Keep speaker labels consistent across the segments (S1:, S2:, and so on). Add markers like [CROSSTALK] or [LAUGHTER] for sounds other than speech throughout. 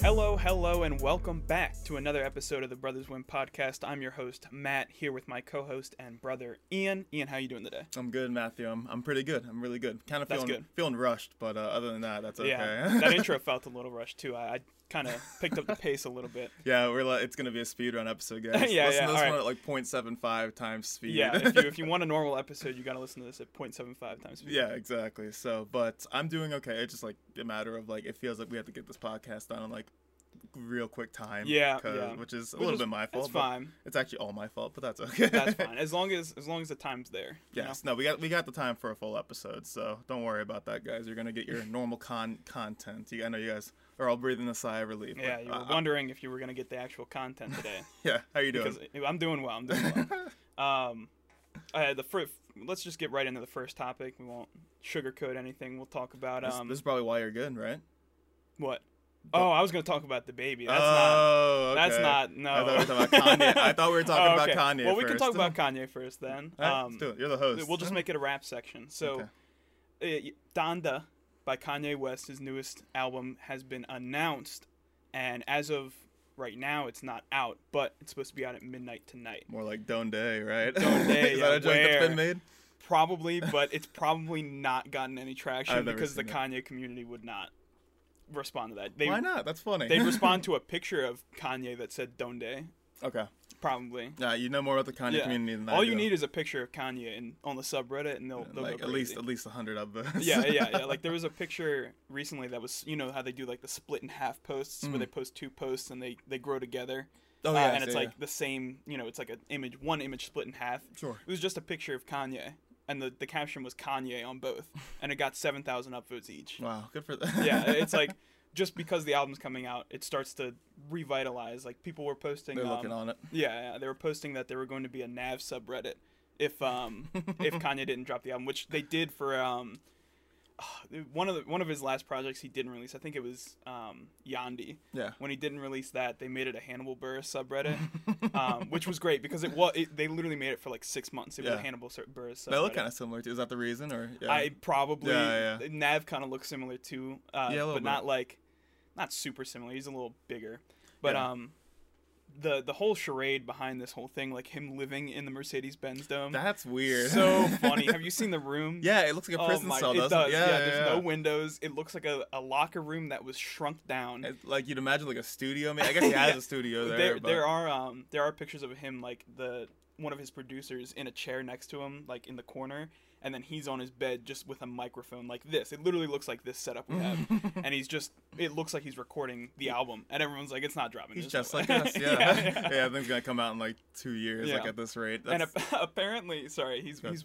S1: Hello, hello, and welcome back to another episode of the Brothers Win podcast. I'm your host Matt here with my co-host and brother Ian. Ian, how you doing today?
S2: I'm good, Matthew. I'm, I'm pretty good. I'm really good. Kind of
S1: That's
S2: feeling
S1: good.
S2: feeling rushed, but uh, other than that, that's okay.
S1: Yeah, [LAUGHS] that intro felt a little rushed too. I, I kind of picked up the pace a little bit.
S2: [LAUGHS] Yeah, we're like, it's gonna be a speed run episode, guys.
S1: [LAUGHS] Yeah,
S2: Listen
S1: yeah,
S2: to this
S1: all right.
S2: one at like 0.75 times speed.
S1: Yeah,
S2: [LAUGHS]
S1: if you if you want a normal episode, you got to listen to this at 0.75 times. speed.
S2: yeah, exactly. So, but I'm doing okay. It's just like a matter of like it feels like we have to get this podcast done in like real quick time.
S1: Yeah,
S2: 'cause-
S1: yeah.
S2: Which is a
S1: Which
S2: little
S1: is-
S2: bit my fault.
S1: that's
S2: but
S1: fine.
S2: It's actually all my fault, but that's okay.
S1: That's
S2: [LAUGHS]
S1: fine. As long as as long as the time's there. you know?
S2: Yes, no, we got we got the time for a full episode, so don't worry about that, guys. You're gonna get your normal con content. You, I know you guys are all breathing a sigh of relief.
S1: Yeah,
S2: but,
S1: you were
S2: uh,
S1: wondering if you were gonna get the actual content today
S2: [LAUGHS] yeah. How you doing?
S1: because I'm doing well. I'm doing well.
S2: [LAUGHS]
S1: um, uh, the fir- let's just get right into the first topic. We won't sugarcoat anything. We'll talk about
S2: This,
S1: um
S2: this is probably why you're good, right?
S1: what. Oh, I was gonna talk about the baby. That's not.
S2: oh, okay.
S1: That's not. No.
S2: I thought we were talking about Kanye. I thought we
S1: [LAUGHS]
S2: were talking
S1: Oh, okay.
S2: about Kanye.
S1: Well, we can
S2: first.
S1: talk about Kanye first then.
S2: [LAUGHS] All right,
S1: Um,
S2: let's do it. You're the host.
S1: We'll just make it a rap section. So, uh,
S2: Okay.
S1: Donda by Kanye West, his newest album, has been announced. And as of right now, it's not out, but it's supposed to be out at midnight tonight.
S2: [LAUGHS] more like Don Day, right? [LAUGHS]
S1: Don Day,
S2: is that
S1: yeah,
S2: a joke that's
S1: where?
S2: been made? [LAUGHS]
S1: Probably, but it's probably not gotten any traction
S2: I've never
S1: because the
S2: seen it.
S1: Kanye community would not respond to that. They,
S2: Why not? That's funny. [LAUGHS]
S1: They'd respond to a picture of Kanye that said Donde,
S2: okay.
S1: probably.
S2: Yeah, you know more about the Kanye
S1: Yeah.
S2: community than I
S1: All you
S2: do.
S1: need is a picture of Kanye in, on the subreddit, and they'll, they'll
S2: like
S1: go
S2: at least
S1: crazy.
S2: at least a [LAUGHS] hundred of those.
S1: [LAUGHS] yeah, yeah, yeah. Like there was a picture recently that was, you know, how they do like the split in half posts where they post two posts and they they grow together.
S2: Mm. Oh,
S1: Uh,
S2: yes,
S1: and it's
S2: yeah,
S1: like
S2: yeah.
S1: the same, you know, it's like an image, one image split in half.
S2: Sure.
S1: It was just a picture of Kanye, and the the caption was Kanye on both, and it got seven thousand upvotes each.
S2: Wow, good for that. [LAUGHS]
S1: yeah, it's like just because the album's coming out, it starts to revitalize. Like people were posting.
S2: they're
S1: um,
S2: looking on it.
S1: yeah, yeah, they were posting that they were going to be a Nav subreddit if um
S2: [LAUGHS]
S1: if Kanye didn't drop the album, which they did for um [SIGHS] one of the, one of his last projects he didn't release. I think it was um Yandi.
S2: Yeah.
S1: When he didn't release that, they made it a Hannibal Burr subreddit, um, which was great because it was it, they literally made it for like six months. It was
S2: Yeah.
S1: a Hannibal Sur- Burr subreddit.
S2: [LAUGHS] They look kind of similar too. Is that the reason, or yeah?
S1: I probably
S2: Yeah, yeah.
S1: Nav kind of looks similar too, uh,
S2: Yeah, a little
S1: but not
S2: bit.
S1: like not super similar. He's a little bigger, but
S2: Yeah.
S1: um, the the whole charade behind this whole thing, like him living in the Mercedes Benz Dome, [LAUGHS]
S2: That's weird. [LAUGHS]
S1: so funny. Have you seen the room?
S2: yeah, it looks like a
S1: Oh
S2: prison
S1: my!
S2: cell.
S1: it
S2: doesn't
S1: does. Yeah,
S2: Yeah,
S1: there's
S2: yeah.
S1: no windows. It looks like a, a locker room that was shrunk down.
S2: [LAUGHS] It's like you'd imagine like a studio. I, mean,
S1: [LAUGHS]
S2: I guess he has
S1: Yeah.
S2: a studio there.
S1: there,
S2: but [LAUGHS]
S1: there are um there are pictures of him like the one of his producers in a chair next to him like in the corner and then he's on his bed just with a microphone like this it literally looks like this setup we
S2: [LAUGHS]
S1: have and he's just it looks like he's recording the album and everyone's like it's not dropping
S2: He's
S1: There's
S2: just
S1: no [LAUGHS]
S2: like
S1: way."
S2: us. Yeah. [LAUGHS] yeah, I think it's gonna come out in like two years. Like
S1: Yeah.
S2: at this rate.
S1: and
S2: That's,
S1: [LAUGHS] ap- apparently sorry he's
S2: Go.
S1: he's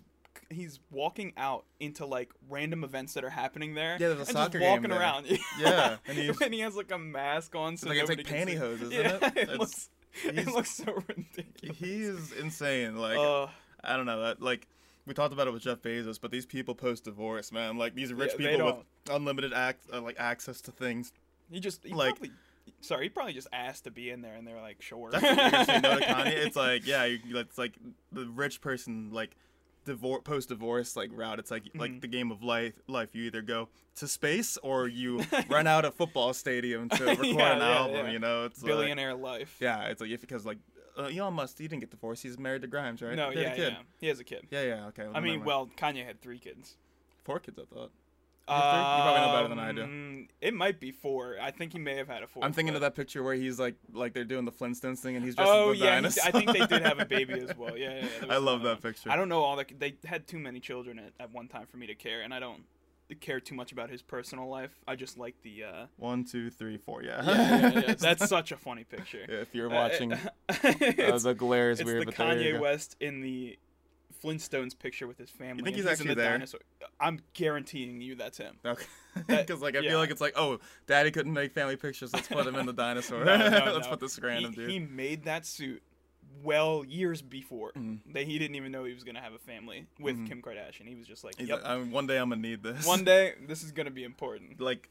S1: he's walking out into like random events that are happening there
S2: Yeah, there's a
S1: and just
S2: soccer game
S1: walking
S2: there.
S1: around [LAUGHS]
S2: Yeah,
S1: and,
S2: and he's-
S1: he has like a mask on so
S2: like it's
S1: nobody
S2: like
S1: can see.
S2: pantyhose, isn't
S1: yeah, [LAUGHS]
S2: it? It's-
S1: looks, it
S2: he's-
S1: looks so ridiculous
S2: he's insane. Like
S1: Uh,
S2: I don't know that. Like we talked about it with Jeff Bezos, but these people post divorce, man. Like these rich
S1: Yeah, they
S2: people with unlimited act uh, like access to things.
S1: He just he
S2: Like-
S1: probably sorry, he probably just asked to be in there and they were like, sure.
S2: That's what you're saying,
S1: [LAUGHS]
S2: no to Kanye. It's like yeah, you, it's like the rich person like divorce post divorce like route. It's like
S1: Mm-hmm.
S2: like the game of life. Life you either go to space or
S1: [LAUGHS]
S2: you run out of football stadium to record
S1: Yeah,
S2: an
S1: yeah,
S2: album.
S1: yeah.
S2: You know, it's like-
S1: billionaire life.
S2: yeah, it's like if because like uh, Elon Musk, he didn't get divorced. He's married to Grimes, right?
S1: No,
S2: He had
S1: yeah,
S2: a
S1: yeah.
S2: kid.
S1: He has a kid.
S2: yeah, yeah. Okay.
S1: I
S2: never
S1: mean,
S2: mind.
S1: well, Kanye had three kids.
S2: four kids. I thought.
S1: You
S2: have three? You probably know better than I do.
S1: Um, It might be four. I think he may have had a four.
S2: I'm thinking of that picture where he's like like they're doing the Flintstones thing and he's just
S1: Oh
S2: the
S1: yeah, he-
S2: dinosaur.
S1: I think they did have a baby
S2: [LAUGHS]
S1: as well. Yeah, yeah. yeah, there
S2: I
S1: was
S2: love
S1: another
S2: that
S1: one.
S2: picture.
S1: I don't know all that. They had too many children at, at one time for me to care, and I don't care too much about his personal life. I just like the. Uh,
S2: One, two, three, four. Yeah.
S1: yeah,
S2: [LAUGHS]
S1: yeah, yeah. That's such a funny picture.
S2: Uh-huh. if you're
S1: Uh, [LAUGHS]
S2: watching, uh,
S1: it's-
S2: the glare is
S1: it's
S2: weird.
S1: the
S2: but there you
S1: Kanye
S2: go.
S1: West in the Flintstones picture with his family.
S2: think
S1: and
S2: he's
S1: in
S2: actually
S1: the
S2: there?
S1: Dinosaur. I'm guaranteeing you that's
S2: [LAUGHS]
S1: him.
S2: Okay.
S1: [LAUGHS] That-
S2: Because like I
S1: yeah.
S2: feel like it's like oh, daddy couldn't make family pictures. Let's put him in the dinosaur.
S1: [LAUGHS] No, no,
S2: [LAUGHS] Let's
S1: no.
S2: put this random
S1: he,
S2: dude.
S1: He made that suit well years before
S2: Mm-hmm.
S1: that he didn't even know he was gonna have a family with Kim Kardashian. He was just like,
S2: He's [LAUGHS]
S1: yep,
S2: like, I'm, one day I'm gonna need this.
S1: one day this is gonna be important. [LAUGHS]
S2: [LAUGHS] like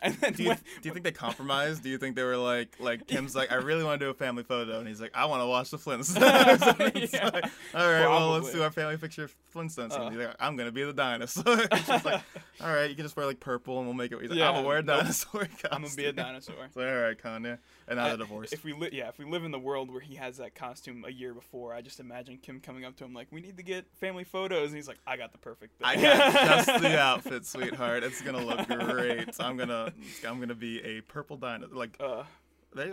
S1: and then
S2: Do you,
S1: when-
S2: do you think they compromised? Do you think they were like, like Kim's like, I really want to do a family photo, and he's like, I want to watch the Flintstones. [LAUGHS]
S1: [LAUGHS]
S2: It's
S1: Yeah.
S2: like, all right, well, let's
S1: Probably.
S2: do our family picture of Flintstones.
S1: Uh.
S2: He's like, I'm gonna be the dinosaur. [LAUGHS] It's
S1: [LAUGHS]
S2: just like, all right, you can just wear like purple, and we'll make it. He's like, I'm
S1: Yeah,
S2: gonna wear a
S1: nope.
S2: dinosaur. [LAUGHS]
S1: I'm gonna be a
S2: costume."
S1: dinosaur.
S2: It's like, all right, Kanye, and now
S1: I-
S2: the divorce.
S1: If we li- yeah, if we live in the world where he has that costume a year before, I just imagine Kim coming up to him like, "We need to get family photos," and he's like, "I got the perfect." Thing.
S2: I got just
S1: [LAUGHS]
S2: the outfit, sweetheart. It's gonna look great. I'm gonna, I'm gonna be a purple dinosaur. Like [LAUGHS]
S1: Uh,
S2: they,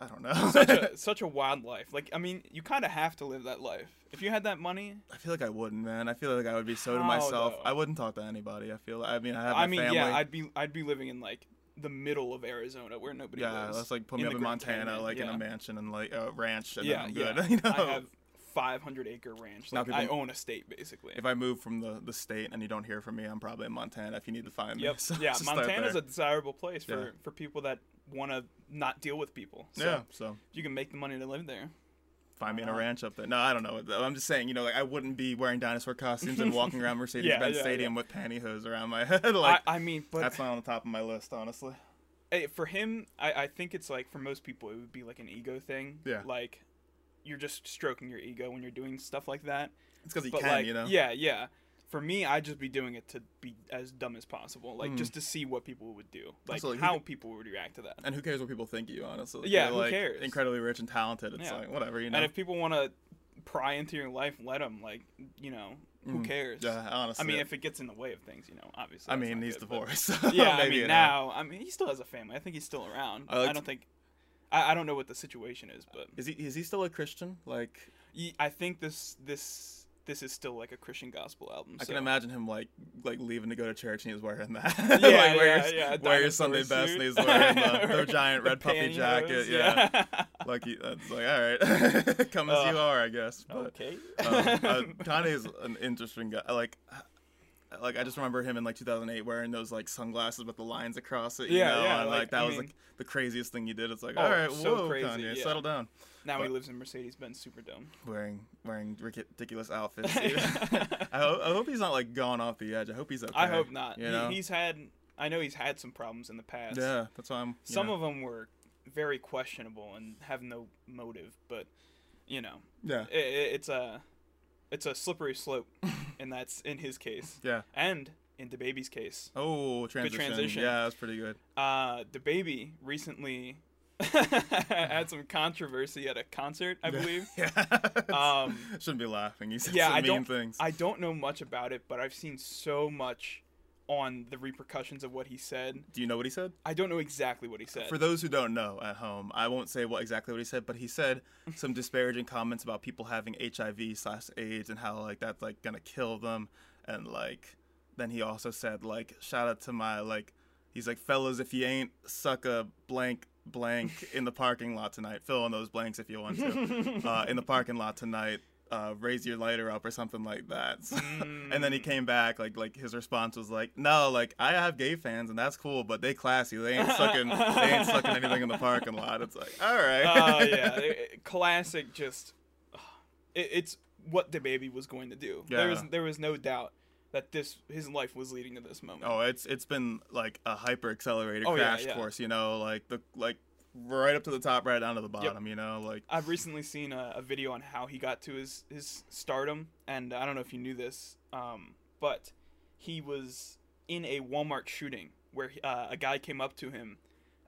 S2: I don't know.
S1: such a such a wild life. Like I mean, you kind of have to live that life. If you had that money,
S2: [LAUGHS] I feel like I wouldn't, man. I feel like I would be so to
S1: How,
S2: myself.
S1: though?
S2: I wouldn't talk to anybody. I feel. I mean, I have my
S1: I mean,
S2: family.
S1: yeah, I'd be I'd be living in like the middle of Arizona where nobody
S2: yeah,
S1: lives.
S2: let's like put me
S1: in
S2: up
S1: the
S2: in
S1: Grand
S2: Montana,
S1: Canyon,
S2: like in
S1: yeah.
S2: a mansion and like a ranch, and
S1: yeah,
S2: then I'm good. [LAUGHS]
S1: yeah.
S2: you know,
S1: I have 500 acre ranch.
S2: Now
S1: Like, I
S2: people-
S1: own a state basically.
S2: if I move from the the state and you don't hear from me, I'm probably in Montana. If you need to find me,
S1: Yep.
S2: [LAUGHS] So
S1: yeah,
S2: just start
S1: Montana's
S2: there.
S1: a desirable place for,
S2: Yeah.
S1: for people that want to not deal with people. So
S2: yeah. So
S1: if you can make the money to live there.
S2: find me in a
S1: Wow.
S2: ranch up there. No, I don't know. I'm just saying, you know, like I wouldn't be wearing dinosaur costumes and
S1: [LAUGHS]
S2: walking around Mercedes-Benz
S1: yeah, yeah.
S2: Stadium with pantyhose around my [LAUGHS] head. Like
S1: I, I mean, but
S2: that's not on the top of my list, honestly.
S1: eh, for him, I, I think it's like for most people, it would be like an ego thing.
S2: Yeah.
S1: Like you're just stroking your ego when you're doing stuff like that.
S2: It's because you
S1: but
S2: can,
S1: like,
S2: you know.
S1: yeah, yeah. For me, I'd just be doing it to be as dumb as possible, like just to see what people would do, like
S2: Hmm. Absolutely.
S1: how people would react to that.
S2: And who cares what people think of you, honestly?
S1: Yeah,
S2: You're,
S1: who
S2: like,
S1: cares?
S2: Incredibly rich and talented. It's
S1: Yeah.
S2: like whatever, you know.
S1: And if people want to pry into your life, let them. Like you know, who cares?
S2: Hmm. yeah, honestly.
S1: I mean, if it gets in the way of things, you know, obviously.
S2: I
S1: that's
S2: mean
S1: not
S2: he's
S1: good, but-
S2: [LAUGHS] divorced.
S1: Yeah, I
S2: maybe
S1: mean
S2: it
S1: now, I mean he still has a family. I think he's still around.
S2: I
S1: I,
S2: like
S1: don't think, I, I don't know what the situation is, but
S2: Is he is he still a Christian? Like
S1: y- I think this this this is still like a Christian gospel album.
S2: I
S1: so- [LAUGHS]
S2: can imagine him like like leaving to go to church and he was wearing that. [LAUGHS]
S1: Yeah,
S2: like
S1: yeah,
S2: wears,
S1: yeah, a
S2: wear your
S1: dinosaur
S2: Sunday best and
S1: suit.
S2: he's wearing
S1: [LAUGHS]
S2: the, the giant
S1: The
S2: red puffy jacket.
S1: pantyhose,
S2: Yeah.
S1: yeah.
S2: like he, that's like all right. [LAUGHS] Come as you
S1: Uh,
S2: are, I guess. [LAUGHS] But
S1: okay. [LAUGHS]
S2: um, uh, Kanye's an interesting guy. Like, [SIGHS] like I just remember him in like 2008 wearing those like sunglasses with the lines across it. You
S1: Yeah,
S2: know?
S1: yeah,
S2: And, like,
S1: like,
S2: that
S1: I
S2: was
S1: mean-
S2: like the craziest thing he did. It's like,
S1: Oh,
S2: all right,
S1: so
S2: whoa,
S1: crazy,
S2: Kanye,
S1: yeah.
S2: settle down.
S1: now he
S2: but-
S1: lives in Mercedes Benz
S2: [LAUGHS]
S1: Superdome.
S2: Wearing wearing ridic-
S1: [LAUGHS]
S2: ridiculous outfits. dude. I, hope, I hope he's not like gone off the edge. I hope he's okay.
S1: I hope not.
S2: You know?
S1: He, he's had, I know he's had some problems in the past.
S2: yeah, that's why I'm. you
S1: Some
S2: know.
S1: of them were very questionable and have no motive, but you know,
S2: yeah,
S1: i i it's a it's a slippery
S2: [LAUGHS]
S1: slope, and that's in his case
S2: yeah.
S1: and in the baby's case.
S2: Oh, transition.
S1: transition.
S2: Yeah, that's pretty good.
S1: Uh, the baby recently [LAUGHS] had some controversy at a concert, I
S2: [LAUGHS] Yeah.
S1: believe.
S2: yeah.
S1: Um,
S2: Shouldn't be laughing. He said
S1: yeah,
S2: some
S1: I
S2: mean
S1: don't-
S2: things.
S1: I don't know much about it, but I've seen so much on the repercussions of what he said.
S2: Do you know what he said?
S1: I don't know exactly what he said.
S2: For those who don't know at home, I won't say what exactly what he said, but he said some disparaging comments about people having HIV slash AIDS and how like that's like gonna kill them, and like then he also said like shout out to my like he's like fellas if you ain't suck a blank
S1: [LAUGHS]
S2: blank in the parking lot tonight fill in those blanks if you want to uh, in the parking lot tonight. Uh, raise your lighter up or something like that. [LAUGHS] So-
S1: Mm.
S2: And then he came back like like his response was like, no, like I have gay fans and that's cool, but they classy. They ain't sucking. they ain't
S1: [LAUGHS]
S2: sucking anything in the parking lot. It's like all right.
S1: Oh
S2: [LAUGHS]
S1: yeah, it- it- classic. Just it, it's what the baby was going to do. There was
S2: Yeah.
S1: there was no doubt that this his life was leading to this moment.
S2: Oh, it's it's been like a hyper accelerated
S1: Oh, yeah,
S2: crash
S1: yeah.
S2: course, you know, like the like right up to the top, right down to the bottom, you know, like
S1: I've recently seen a, a video on how he got to his his stardom, and I don't know if you knew this, um, but he was in a Walmart shooting where he- uh, a guy came up to him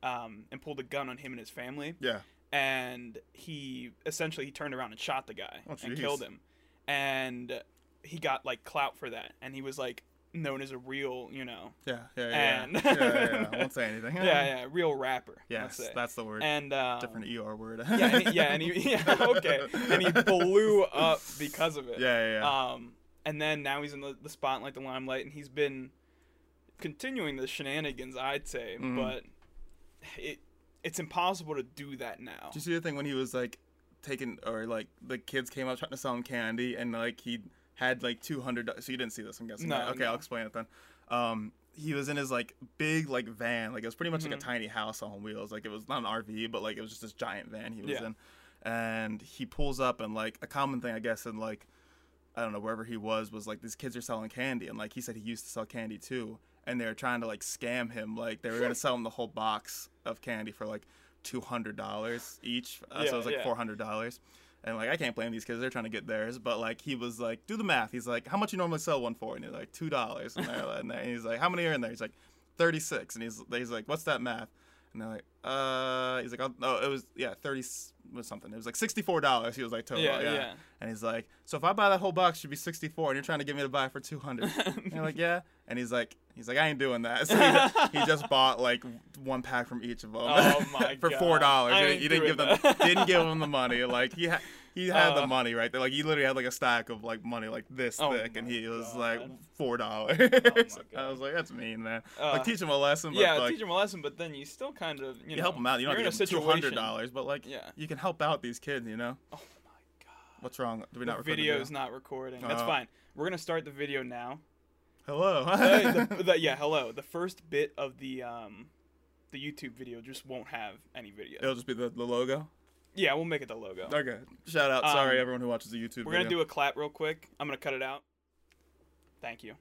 S1: um, and pulled a gun on him and his family,
S2: yeah,
S1: and he essentially he turned around and shot the guy
S2: Oh,
S1: and
S2: jeez.
S1: killed him and he got like clout for that and he was like known as a real you know
S2: yeah, yeah, yeah,
S1: And-
S2: yeah, yeah, yeah. I
S1: [LAUGHS]
S2: won't say anything.
S1: yeah yeah real rapper
S2: [LAUGHS] yes,
S1: let's say.
S2: that's the word.
S1: and um,
S2: Different er word.
S1: [LAUGHS] yeah and he, yeah and he [LAUGHS] yeah, okay and
S2: [LAUGHS]
S1: he blew up because of it
S2: Yeah, yeah, yeah.
S1: um and then now he's in the, the spotlight the limelight and he's been continuing the shenanigans i'd say
S2: Mhm.
S1: but it it's impossible to do that now
S2: Did you see the thing when he was like taking or like the kids came up trying to sell him candy and like he had like two hundred. So you didn't see this, I'm guessing.
S1: No,
S2: right? Okay,
S1: no.
S2: I'll explain it then. Um, he was in his like big like van, like it was pretty much
S1: Mm-hmm.
S2: like a tiny house on wheels. Like it was not an RV, but like it was just this giant van he was
S1: Yeah.
S2: in. And he pulls up and like a common thing, I guess, in like I don't know wherever he was was like these kids are selling candy and like he said he used to sell candy too. and they were trying to like scam him. Like they were gonna sell him the whole box of candy for like two hundred dollars each. Uh, so
S1: Yeah,
S2: it was like
S1: yeah.
S2: four hundred dollars. And like I can't blame these kids; they're trying to get theirs. But like he was like, do the math. He's like, how much you normally sell one for? And he's like, two dollars. And, they're like- and he's like, how many are in there? He's like, thirty six. And he's he's like, what's that math? And they're like, uh, he's like, I'll, oh, it was yeah, thirty s- was something. It was like sixty four dollars. He was like total.
S1: Yeah,
S2: Yeah,
S1: yeah.
S2: And he's like, so if I buy that whole box, it should be sixty four, and you're trying to get me to buy it for
S1: [LAUGHS]
S2: two hundred. and you're like, yeah. And he's like, he's like, I ain't doing that. [LAUGHS] So he, just, he just bought like one pack from each of them.
S1: Oh my
S2: [LAUGHS] for
S1: God.
S2: four dollars.
S1: I
S2: You
S1: ain't
S2: didn't
S1: doing
S2: give them
S1: that.
S2: [LAUGHS] didn't give him the money. Like he ha- he had
S1: Uh.
S2: the money right there. Like he literally had like a stack of like money like this
S1: Oh
S2: thick, and
S1: my
S2: he was
S1: God. Oh
S2: like four dollars. [LAUGHS]
S1: my
S2: I
S1: God.
S2: was like, that's mean, man.
S1: Uh,
S2: like teach him a lesson. [LAUGHS] But,
S1: yeah,
S2: like,
S1: teach him a lesson, but then you still kind of you,
S2: you
S1: know,
S2: help them out. You don't
S1: you're in a
S2: have to give them two
S1: situation.
S2: hundred dollars, but like
S1: Yeah.
S2: you can help out these kids. You know
S1: Oh my god.
S2: what's wrong? Do we
S1: The
S2: not record
S1: video's not recording. That's
S2: Oh.
S1: fine. We're gonna start the video
S2: [LAUGHS]
S1: now. [LAUGHS]
S2: Hello.
S1: Uh, the- the- yeah, hello. The first bit of the um, the YouTube video just won't have any video.
S2: It'll just be the, the logo.
S1: Yeah, we'll make it the logo.
S2: Okay. Shout out. Sorry,
S1: Um,
S2: everyone who watches the YouTube.
S1: We're gonna do a clap real quick. I'm gonna cut it out. Thank you.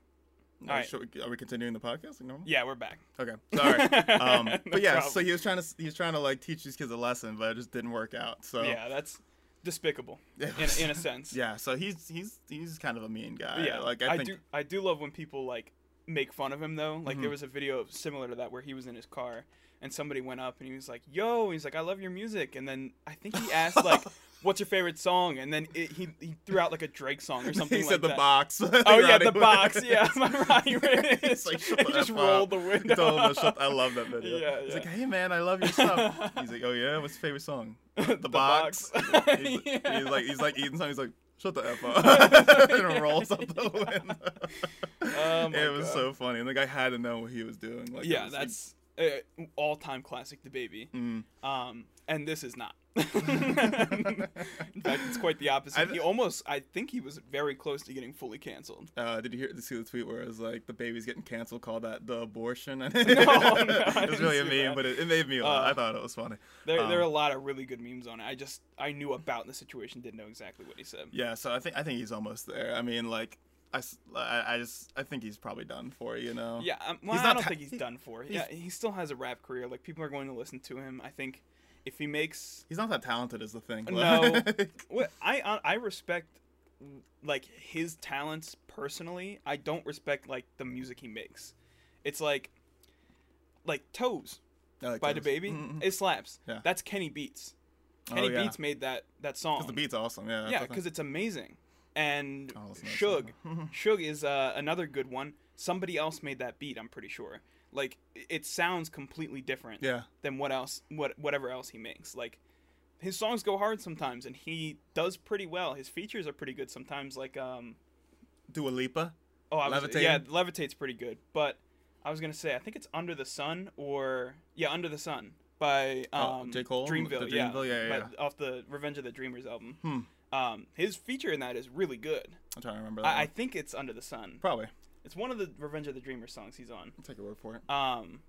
S2: do.
S1: alright.
S2: Are we continuing the podcast? Like normal?
S1: Yeah, we're back.
S2: Okay. Sorry.
S1: [LAUGHS]
S2: Um,
S1: No
S2: but yeah, so
S1: problem.
S2: he was trying to he was trying to like teach these kids a lesson, but it just didn't work out. So [LAUGHS]
S1: Yeah, that's despicable
S2: Yeah.
S1: in, in a sense.
S2: Yeah, So he's he's he's kind of a mean guy.
S1: But yeah.
S2: Like
S1: I,
S2: I think.
S1: do I do love when people like make fun of him though.
S2: Mm-hmm.
S1: Like there was a video similar to that where he was in his car and somebody went up and he was like, "Yo," he's like, "I love your music," and then I think he asked like,
S2: [LAUGHS]
S1: "What's your favorite song?" And then it, he he threw out like a Drake song or something
S2: [LAUGHS] he
S1: like
S2: said the
S1: that.
S2: box. [LAUGHS]
S1: Oh yeah, the box. Yeah, my Roddy Ricch.
S2: It's like,
S1: [LAUGHS]
S2: shut
S1: He
S2: the
S1: just
S2: F
S1: rolled
S2: up.
S1: the window.
S2: He told him to shut- I love that
S1: [LAUGHS]
S2: video.
S1: Yeah,
S2: he's
S1: yeah.
S2: like, hey man, I love your
S1: [LAUGHS]
S2: stuff. he's like, oh yeah, what's your favorite song? The,
S1: box.
S2: box.
S1: [LAUGHS]
S2: he's,
S1: Yeah.
S2: he's like, he's like eating something. He's like, shut the f up,
S1: [LAUGHS]
S2: [LAUGHS] and rolls up the window.
S1: Oh, my
S2: it was
S1: God.
S2: so funny, and the guy had to know what he was doing. Like, it
S1: yeah,
S2: was-
S1: that's uh, all time classic, the baby.
S2: Mm.
S1: Um, and this is
S2: [LAUGHS]
S1: not. In fact, it's quite the opposite.
S2: I-
S1: he almost, I think he was very close to getting fully canceled.
S2: Uh, did you hear? See the tweet where it was like the baby's getting canceled. Call that the
S1: [LAUGHS]
S2: abortion. [LAUGHS] no,
S1: I
S2: it was really a
S1: didn't see
S2: meme,
S1: that.
S2: but it, it made me laugh.
S1: Uh,
S2: I thought it was funny.
S1: There, there are
S2: Um,
S1: a lot of really good memes on it. I just, I knew about the situation, didn't know exactly what he said.
S2: Yeah, so I think I think he's almost there. I mean, like I, s- I- I just I think he's probably done for. You know.
S1: Yeah, um, well,
S2: He's
S1: I
S2: not
S1: don't
S2: ta-
S1: think he's
S2: he-
S1: done for. Yeah,
S2: he's-
S1: he still has a rap career. Like people are going to listen to him. I think if he makes,
S2: He's not that talented, is the thing.
S1: No.
S2: Like,
S1: well, I I- I respect like his talents personally. I don't respect like the music he makes. It's like like toes
S2: [LAUGHS] I like
S1: by the
S2: those.
S1: baby.
S2: Mhm.
S1: It slaps.
S2: Yeah.
S1: That's Kenny Beats.
S2: Oh,
S1: Kenny
S2: yeah.
S1: Beats made that that song.
S2: 'Cause the beat's awesome. Yeah.
S1: Yeah,
S2: that's the
S1: because it's amazing. And
S2: I'll listen to that
S1: Suge,
S2: [LAUGHS] song.
S1: Suge is uh, another good one. Somebody else made that beat. I'm pretty sure. Like i- it sounds completely different
S2: thing. yeah.
S1: than what else, what whatever else he makes. Like his songs go hard sometimes, and he does pretty well. His features are pretty good sometimes. Like um,
S2: Dua Lipa.
S1: oh, I was,
S2: Levitate?
S1: yeah, Levitate's pretty good. But I was gonna say, I think it's Under the Sun or yeah, Under the Sun by
S2: Oh,
S1: um,
S2: J. Cole? The
S1: Dreamville, yeah,
S2: Dreamville? Yeah, yeah,
S1: by- off the Revenge of the Dreamers album.
S2: Hmm.
S1: Um, his feature in that is really good.
S2: I'm trying to remember that.
S1: I, I
S2: one.
S1: think it's Under the Sun.
S2: Probably.
S1: It's one of the Revenge of the Dreamers songs he's on.
S2: I'll take your word for it.
S1: Um,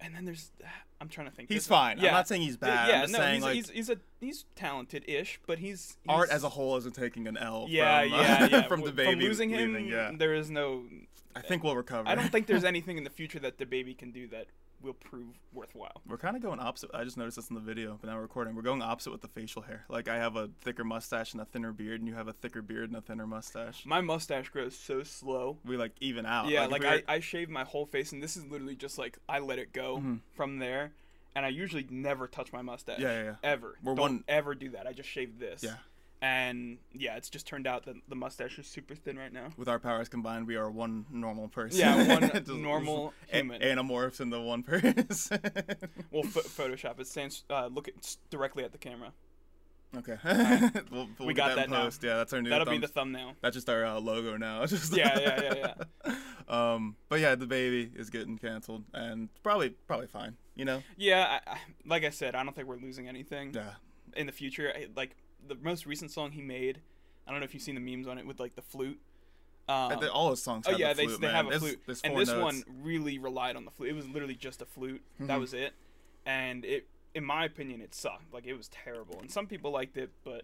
S1: and then there's, [SIGHS] I'm trying to think. There's-
S2: He's fine.
S1: yeah.
S2: I'm not saying he's bad.
S1: yeah,
S2: I'm just
S1: no,
S2: saying
S1: he's,
S2: like
S1: he's he's a he's talented-ish, but he's, he's
S2: art as a whole isn't taking an L.
S1: yeah
S2: [LAUGHS] from, uh,
S1: yeah yeah
S2: from the
S1: W-
S2: baby
S1: losing him.
S2: leaving, Yeah.
S1: There is no.
S2: I think we'll recover.
S1: I don't think there's anything in the future that the baby can do that will prove worthwhile.
S2: We're kind of going opposite. I just noticed this in the video, but now we're recording. We're going opposite with the facial hair. Like I have a thicker mustache and a thinner beard, and you have a thicker beard and a thinner mustache.
S1: My mustache grows so slow.
S2: We Uh, like even out.
S1: Yeah,
S2: if
S1: like,
S2: we were-
S1: I, I shave my whole face, and this is literally just like I let it go from there, and I usually never touch my mustache.
S2: Mm-hmm. Yeah, yeah, yeah.
S1: Ever.
S2: We're
S1: Don't
S2: one-
S1: ever do that. I just shave this.
S2: Yeah.
S1: And yeah, it's just turned out that the mustache is super thin right now.
S2: with our powers combined, we are one normal person.
S1: Yeah, one
S2: [LAUGHS] Just-
S1: normal
S2: a-
S1: human.
S2: anamorphs into one person. [LAUGHS]
S1: Well, pho- Photoshop it stands. Uh, look at, s- directly at the camera.
S2: okay, [LAUGHS] we'll, we'll
S1: We
S2: get
S1: got
S2: that,
S1: that
S2: in
S1: now.
S2: post. Yeah, that's our new.
S1: That'll be
S2: thumbs-
S1: the
S2: [LAUGHS]
S1: thumbnail.
S2: That's just our uh, logo now. [LAUGHS] Just
S1: Yeah, yeah, yeah,
S2: yeah. [LAUGHS] um, but yeah, the baby is getting canceled, and probably probably fine. You know.
S1: Yeah, I, I, like I said, I don't think we're losing anything
S2: Yeah.
S1: in the future. I, like the most recent song he made, I don't know if you've seen the memes on it with like the flute. Um,
S2: They- all his songs.
S1: Oh
S2: have
S1: yeah,
S2: the flute,
S1: they, they
S2: man.
S1: have a
S2: There's-
S1: flute,
S2: there's
S1: and
S2: four
S1: this
S2: notes. Mm-hmm.
S1: one really relied on the flute. It was literally just a flute. That was it, and it, in my opinion, it sucked. Like it was terrible. And some people liked it, but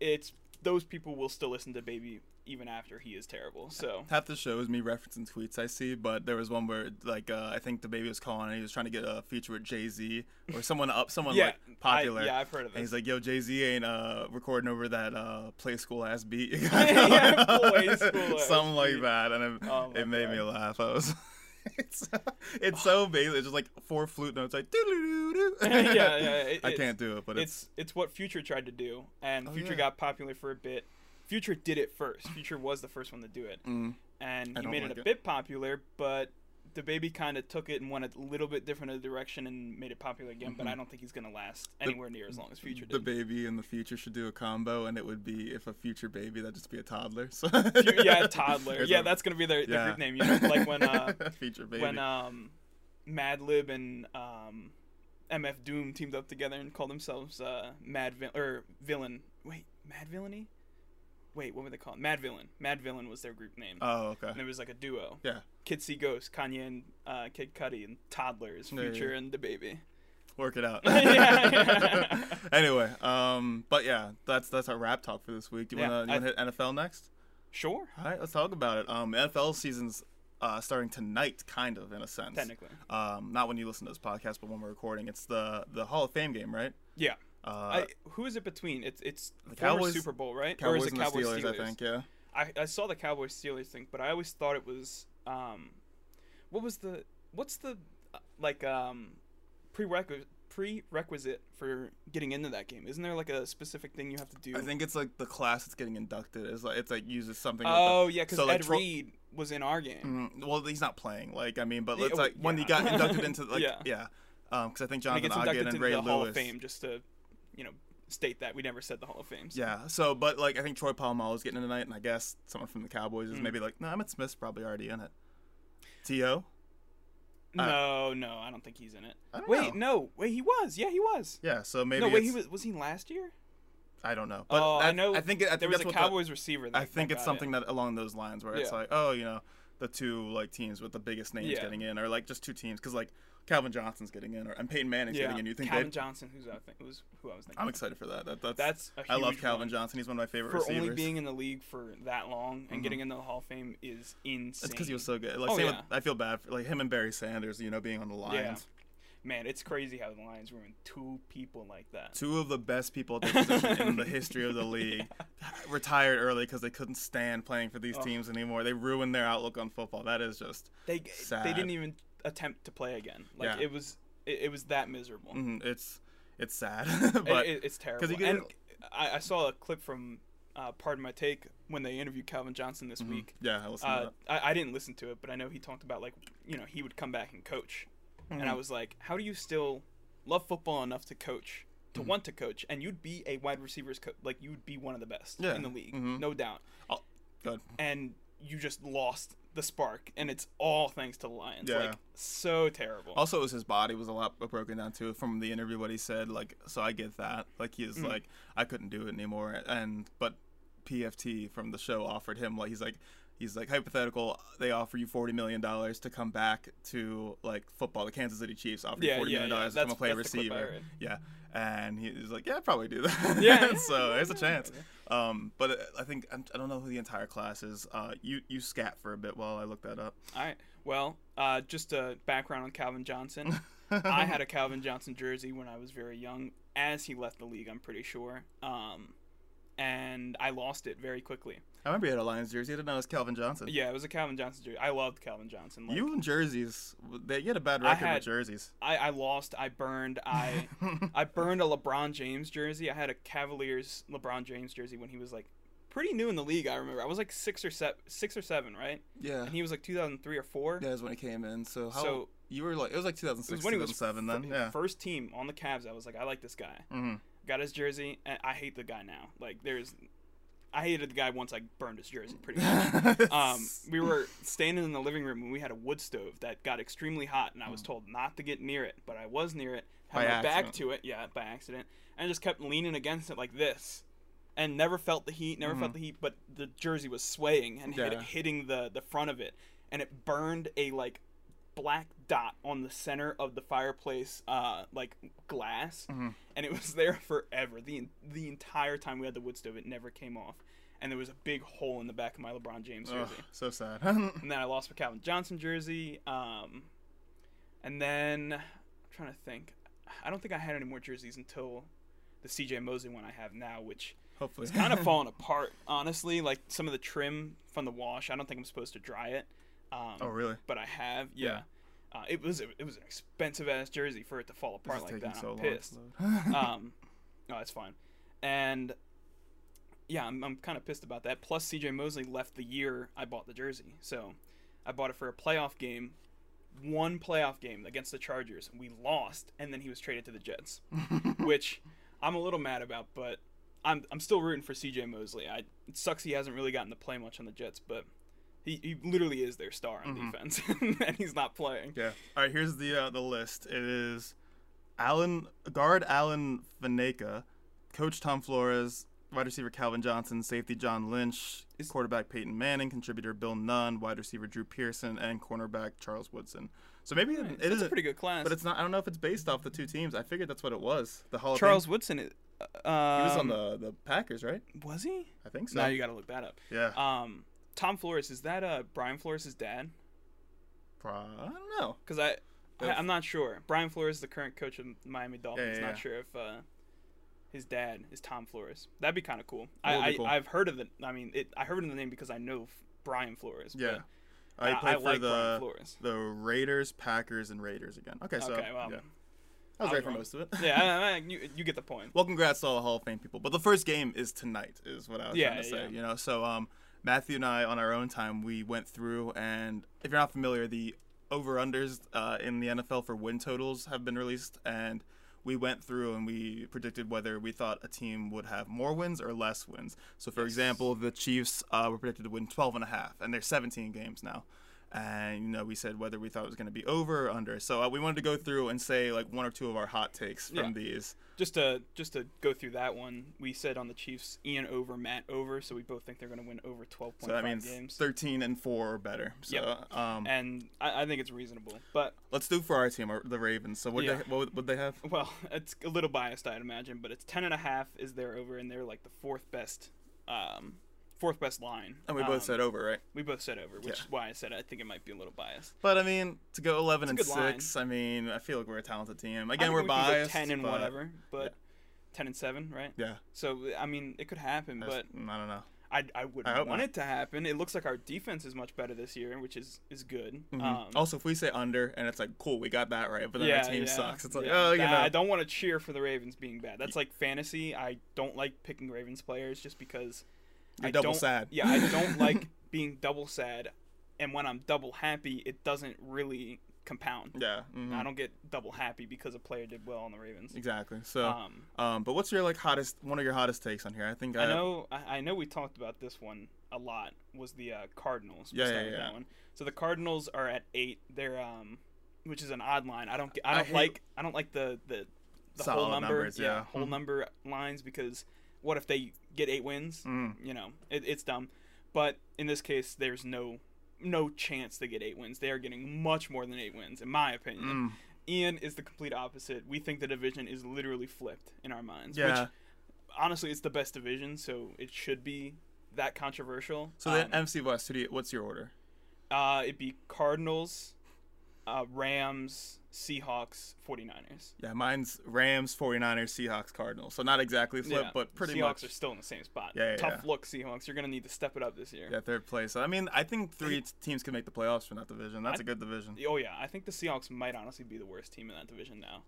S1: it's those people will still listen to Baby even after he is terrible. So
S2: Half the show is me referencing tweets I see, but there was one where like uh, I think the baby was calling and he was trying to get a feature with Jay Z or someone up, someone
S1: yeah,
S2: like popular.
S1: I, yeah, I've heard of
S2: And he's
S1: this.
S2: like, "Yo, Jay Z ain't uh, recording over that uh, play school ass beat, [LAUGHS] you got
S1: [LAUGHS] Yeah,
S2: going
S1: play
S2: [LAUGHS] on."
S1: school-ass
S2: something
S1: beat.
S2: like that," and it,
S1: Oh my
S2: it made me
S1: God.
S2: laugh. I was, [LAUGHS]
S1: [SIGHS]
S2: it's it's so basic. It's just like four flute notes, like [LAUGHS] doo doo doo doo.
S1: [LAUGHS] yeah, yeah, it-
S2: I
S1: it's-
S2: can't do it, but it's,
S1: it's it's what Future tried to do, and
S2: Oh,
S1: Future
S2: yeah.
S1: got popular for a bit. Future did it first. Future was the first one to do it,
S2: mm,
S1: and
S2: I
S1: he
S2: don't
S1: made it
S2: like
S1: a
S2: it.
S1: bit popular. But the baby kind of took it and went a little bit different of direction and made it popular again. But I don't think he's gonna last anywhere near as long as Future
S2: Mm-hmm. the
S1: did.
S2: baby and the future should do a combo, and it would be if a future baby, that'd just be a toddler.
S1: [LAUGHS]
S2: So
S1: Fu-
S2: [LAUGHS]
S1: yeah, toddler.
S2: There's
S1: Yeah,
S2: a-
S1: that's gonna be their, their
S2: yeah.
S1: group name. You know, like when
S2: [LAUGHS]
S1: uh,
S2: future baby.
S1: when um, Madlib and um, MF Doom teamed up together and called themselves uh, Mad Vil- or Villain. Wait, Mad Villainy? Wait, what were they called? Mad Villain. Mad Villain was their group name,
S2: oh, okay.
S1: and it was like a duo.
S2: Yeah.
S1: Kid See Ghost, Kanye and uh, Kid Cudi, and toddlers,
S2: Yeah, yeah.
S1: Future and the baby.
S2: work
S1: [LAUGHS]
S2: it out.
S1: Yeah.
S2: [LAUGHS] anyway, um, but yeah, that's that's our wrap talk for this week. Do you
S1: Yeah,
S2: wanna, you
S1: I-
S2: wanna hit NFL next?
S1: Sure,
S2: All right, let's talk about it. Um, NFL season's uh, starting tonight, kind of in a sense.
S1: technically.
S2: Um, not when you listen to this podcast, but when we're recording, it's the the Hall of Fame game, right?
S1: Yeah.
S2: Uh,
S1: I, who is it between? It's it's
S2: The
S1: former
S2: Cowboys-
S1: Super Bowl, right? or
S2: Cowboys
S1: is it
S2: and the
S1: Cowboys
S2: Steelers, I think. Yeah.
S1: I, I saw the Cowboys Steelers thing, but I always thought it was um, what was the what's the uh, like um prerequisite prerequisite for getting into that game? Isn't there like a specific thing you have to do?
S2: I think it's like the class that's getting inducted is like it's like uses something. with the-
S1: Oh yeah, because
S2: so, like,
S1: Ed
S2: Tro-
S1: Reed was in our game.
S2: Mm, well, he's not playing. Like I mean, but
S1: Yeah,
S2: it's like when he
S1: yeah. [LAUGHS]
S2: got inducted into like
S1: Yeah.
S2: yeah, because I
S1: And
S2: think
S1: he
S2: Jonathan
S1: gets
S2: Ogden
S1: inducted
S2: and
S1: to
S2: Ray
S1: the
S2: Lewis.
S1: Hall of Fame just to you know state that we never said the Hall of Fame. so-
S2: Yeah. So, but like, I think Troy Polamalu is getting in tonight, and I guess someone from the Cowboys
S1: Hmm.
S2: is maybe like, no, Emmett Smith's probably already in it. To Uh,
S1: No, no, I don't think he's in it.
S2: I don't
S1: Wait,
S2: know.
S1: no, wait, he was. Yeah, he was.
S2: Yeah. So maybe
S1: no, wait,
S2: it's-
S1: he was. Was he last year?
S2: I don't know. But
S1: oh,
S2: that-
S1: I know.
S2: I think it, I think
S1: there was
S2: that's
S1: a
S2: what the-
S1: Cowboys receiver. That,
S2: I think
S1: that
S2: it's
S1: got in.
S2: something that along those lines where it's
S1: Yeah.
S2: like, oh, you know, the two like teams with the biggest names
S1: Yeah.
S2: getting in, or like just two teams, because like Calvin Johnson's getting in, or and Peyton Manning's getting in. You think
S1: Calvin
S2: they?
S1: Johnson, who's I think was who I was thinking.
S2: I'm excited for that. that that's,
S1: That's a huge
S2: I love Calvin
S1: one.
S2: Johnson. He's one of my favorite
S1: for
S2: receivers.
S1: only being in the league for that long and getting into the Hall of Fame is insane.
S2: it's because he was so good. Like,
S1: Oh,
S2: same
S1: yeah.
S2: with, I feel bad for like him and Barry Sanders, you know, being on the Lions.
S1: Man, it's crazy how the Lions ruined two people like that.
S2: two of the best people at their position in the history of
S1: [LAUGHS]
S2: the league [LAUGHS] retired early because they couldn't stand playing for these
S1: Ugh.
S2: teams anymore. They ruined their outlook on football. That is just
S1: They
S2: Sad.
S1: they didn't even attempt to play again. Like
S2: Yeah.
S1: it was it, it was that miserable.
S2: mm, it's it's sad, [LAUGHS]
S1: It-
S2: but
S1: it- it's terrible.
S2: you could-
S1: and I, I saw a clip from uh, Pardon My Take when they interviewed Calvin Johnson this week.
S2: yeah, I listen
S1: Uh,
S2: to
S1: I, I didn't listen to it, but I know he talked about like you know he would come back and coach, and
S2: Mm-hmm.
S1: I was like, how do you still love football enough to coach, to
S2: Mm-hmm.
S1: want to coach, and you'd be a wide receivers coach, like you'd be one of the best
S2: Yeah,
S1: in the league,
S2: mhm.
S1: no doubt,
S2: that. Good.
S1: and you just lost the spark, and it's all thanks to the Lions,
S2: Yeah.
S1: like so terrible.
S2: Also, it was his body was a lot broken down too from the interview. What he said, like, so I get that. Like, he's
S1: Mm.
S2: like, I couldn't do it anymore, and but PFT from the show offered him like he's like. He's like hypothetical. They offer you forty million dollars to come back to like football. The Kansas City Chiefs offer
S1: Yeah,
S2: you forty
S1: yeah,
S2: million
S1: yeah.
S2: dollars to
S1: That's-
S2: come and play
S1: that's the clip I
S2: receiver.
S1: read.
S2: Yeah, and he was like, "Yeah, I'd probably do that."
S1: Yeah, yeah,
S2: [LAUGHS] so
S1: yeah,
S2: there's a
S1: yeah,
S2: chance. Um, but uh, I think I don't know who the entire class is. Uh, you you scat for a bit while I look that up.
S1: all right, well, uh, just a background on Calvin Johnson.
S2: [LAUGHS]
S1: I had a Calvin Johnson jersey when I was very young, as he left the league. I'm pretty sure. Um, and I lost it very quickly.
S2: I remember you had a Lions jersey. I didn't know it was Calvin Johnson.
S1: Yeah, it was a Calvin Johnson jersey. I loved Calvin Johnson. Like,
S2: you and jerseys, they you had a bad
S1: I
S2: record
S1: had-
S2: with jerseys.
S1: I, I lost. I burned.
S2: [LAUGHS]
S1: I I burned a LeBron James jersey. I had a Cavaliers LeBron James jersey when he was like pretty new in the league. I remember I was like six or seven, six or seven, right?
S2: yeah,
S1: [LAUGHS] And he was like 2003 or four.
S2: that was when he came in. So how
S1: So-
S2: you were like it was like 2006,
S1: it was when he was
S2: 2007
S1: fir-
S2: then. Yeah.
S1: first team on the Cavs. I was like, I like this guy.
S2: hmm
S1: Got his jersey, and I hate the guy now. Like there's, I hated the guy once I burned his jersey. Pretty much.
S2: [LAUGHS]
S1: [LAUGHS]
S2: Mm-hmm.
S1: um, we were standing in the living room and we had a wood stove that got extremely hot, and I was told not to get near it, but I was near it, had
S2: Mm. By
S1: my back
S2: accident.
S1: to it, yeah, by accident, and I just kept leaning against it like this, and never felt the heat, never felt the heat, but the jersey was swaying and hit,
S2: Mm-hmm. Yeah.
S1: hitting the the front of it, and it burned a like black dot on the center of the fireplace uh like [LAUGHS] glass and it was there forever the the entire time we had the wood stove it never came off and there was a big hole in the back of my LeBron James jersey.
S2: Ugh, Oh, so sad. [LAUGHS]
S1: And then I lost my Calvin Johnson jersey. Um, and then I'm trying to think. I don't think I had any more jerseys until the CJ Mosley one I have now,
S2: [LAUGHS]
S1: which
S2: Hopefully,
S1: it's kind of fallen apart, honestly. Like some of the trim from the wash, I don't think I'm supposed to dry it. Um,
S2: Oh really?
S1: But I have, yeah.
S2: Yeah.
S1: Uh, it was it was an expensive ass jersey for it to fall
S2: This
S1: apart
S2: is
S1: like
S2: taking
S1: that.
S2: so
S1: I'm
S2: long. to
S1: pissed.
S2: load.
S1: um, no, that's fine. And yeah, I'm, I'm kind of pissed about that. Plus, CJ Mosley left the year I bought the jersey, so I bought it for a playoff game, one playoff game against the Chargers. We lost, and then he was traded to the
S2: [LAUGHS]
S1: Jets, which I'm a little mad about, but I'm I'm still rooting for CJ Mosley. I it sucks he hasn't really gotten to play much on the Jets, but. He, he literally is their star on
S2: Mm-hmm.
S1: defense, [LAUGHS] and he's not playing.
S2: Yeah. All right. Here's the uh, the list. It is Alan guard Alan Vaneka, coach Tom Flores, wide receiver Calvin Johnson, safety John Lynch,
S1: Is-
S2: quarterback Peyton Manning, contributor Bill Nunn, wide receiver Drew Pearson, and cornerback Charles Woodson. So maybe it, it
S1: That's
S2: is
S1: a pretty good class.
S2: But it's not. I don't know if it's based off the two teams. I figured that's what it was. The Hall of
S1: Charles Woodson. Is, uh,
S2: Fame. He was on the the Packers, right?
S1: Was he?
S2: I think so.
S1: Now you got to look that up.
S2: yeah.
S1: Um, Tom Flores is that uh Brian Flores' dad?
S2: Pro- I don't know.
S1: Because I, I
S2: That's-
S1: I'm not sure. Brian Flores is the current coach of Miami Dolphins.
S2: Yeah, yeah, yeah.
S1: Not sure if uh, his dad is Tom Flores. That'd be kind of cool.
S2: That would
S1: I,
S2: be cool.
S1: I I've heard of the. I mean, it, I heard of the name because I know f- Brian Flores.
S2: Yeah.
S1: but
S2: I
S1: I,
S2: played
S1: I
S2: for
S1: like Brian
S2: the
S1: Flores.
S2: the Raiders, Packers, and Raiders again. Okay, so
S1: okay, well,
S2: yeah. I was
S1: I
S2: right
S1: was
S2: for
S1: wrong.
S2: most of it.
S1: [LAUGHS] yeah, I, I, you you get the point.
S2: Well, congrats to all the Hall of Fame people. But the first game is tonight, is what I was
S1: Yeah,
S2: trying to say.
S1: yeah.
S2: You know, so um, Matthew and I on our own time we went through, and if you're not familiar, the over unders uh, in the NFL for win totals have been released, and we went through and we predicted whether we thought a team would have more wins or less wins. So, for example, the Chiefs uh, were predicted to win 12 and a half, and they're 17 games now. And you know, we said whether we thought it was going to be over or under. So uh, we wanted to go through and say like one or two of our hot takes from
S1: Yeah.
S2: these.
S1: Just to just to go through that one, we said on the Chiefs, Ian over, Matt over, so we both think they're going to win over 12.5
S2: So that means
S1: games.
S2: 13 and 4 or better. So
S1: Yep.
S2: um,
S1: and I, I think it's reasonable. But
S2: let's do for our team, our- the Ravens. So what
S1: Yeah.
S2: they, what would what'd they have?
S1: well, [LAUGHS] it's a little biased, I'd imagine. But it's ten and a half is their over, and they're like the fourth best, um, fourth best line.
S2: And we both
S1: Um,
S2: said over, right?
S1: we both said over, which
S2: Yeah.
S1: is why I said I think it might be a little biased.
S2: But I mean, to go 11 and
S1: good line.
S2: 6, I mean, I feel like we're a talented team.
S1: I
S2: Again,
S1: think
S2: we're
S1: we can go
S2: biased.
S1: ten and
S2: but-
S1: whatever, but ten and seven, right?
S2: Yeah.
S1: So I mean, it could happen,
S2: But
S1: but
S2: I don't know.
S1: I I would
S2: I hope
S1: want
S2: not.
S1: it to happen. It looks like our defense is much better this year, which is is good. Um,
S2: Mm-hmm. also, if we say under and it's like, cool, we got that right, but then our team sucks. It's like,
S1: yeah.
S2: oh, you
S1: Nah, I
S2: know.
S1: don't want to cheer for the Ravens being bad. That's like fantasy. I don't like picking Ravens players just because
S2: You're
S1: I
S2: double
S1: don't,
S2: sad.
S1: Yeah, I
S2: [LAUGHS]
S1: don't like being double sad, and when I'm double happy, it doesn't really compound.
S2: Yeah. mhm.
S1: I don't get double happy because a player did well on the Ravens.
S2: Exactly. So, um,
S1: Um,
S2: but what's your like hottest one of your hottest takes on here? I think I,
S1: I
S2: have-
S1: know. I, I know we talked about this one a lot. Was the uh, Cardinals? We'll
S2: Yeah,
S1: start
S2: yeah,
S1: with
S2: yeah.
S1: That one. So the Cardinals are at eight. They're um, which is an odd line. I don't. get- I
S2: I
S1: don't
S2: hate-
S1: like. I don't like the the, the whole
S2: Solid
S1: number.
S2: numbers, yeah.
S1: whole
S2: Mhm.
S1: number lines because what if they get eight wins?
S2: Mm.
S1: You know, it, it's dumb. But in this case, there's no no chance they get eight wins. They are getting much more than eight wins, in my opinion.
S2: Mm.
S1: Ian is the complete opposite. We think the division is literally flipped in our minds.
S2: Yeah.
S1: Which, honestly, it's the best division, so it should be that controversial.
S2: So
S1: um,
S2: then MC West, who do you, what's your order?
S1: uh, it'd be Cardinals, uh, Rams, Seahawks, 49ers.
S2: Yeah, mine's Rams, 49ers, Seahawks, Cardinals. So not exactly flip,
S1: Yeah,
S2: but pretty
S1: Seahawks
S2: much.
S1: are still in the same spot.
S2: Yeah, yeah,
S1: Tough
S2: yeah.
S1: look, Seahawks. You're gonna need to step it up this year.
S2: yeah, third place. I mean, I think three t- teams can make the playoffs from that division. That's a good division.
S1: Oh yeah, I think the Seahawks might honestly be the worst team in that division now.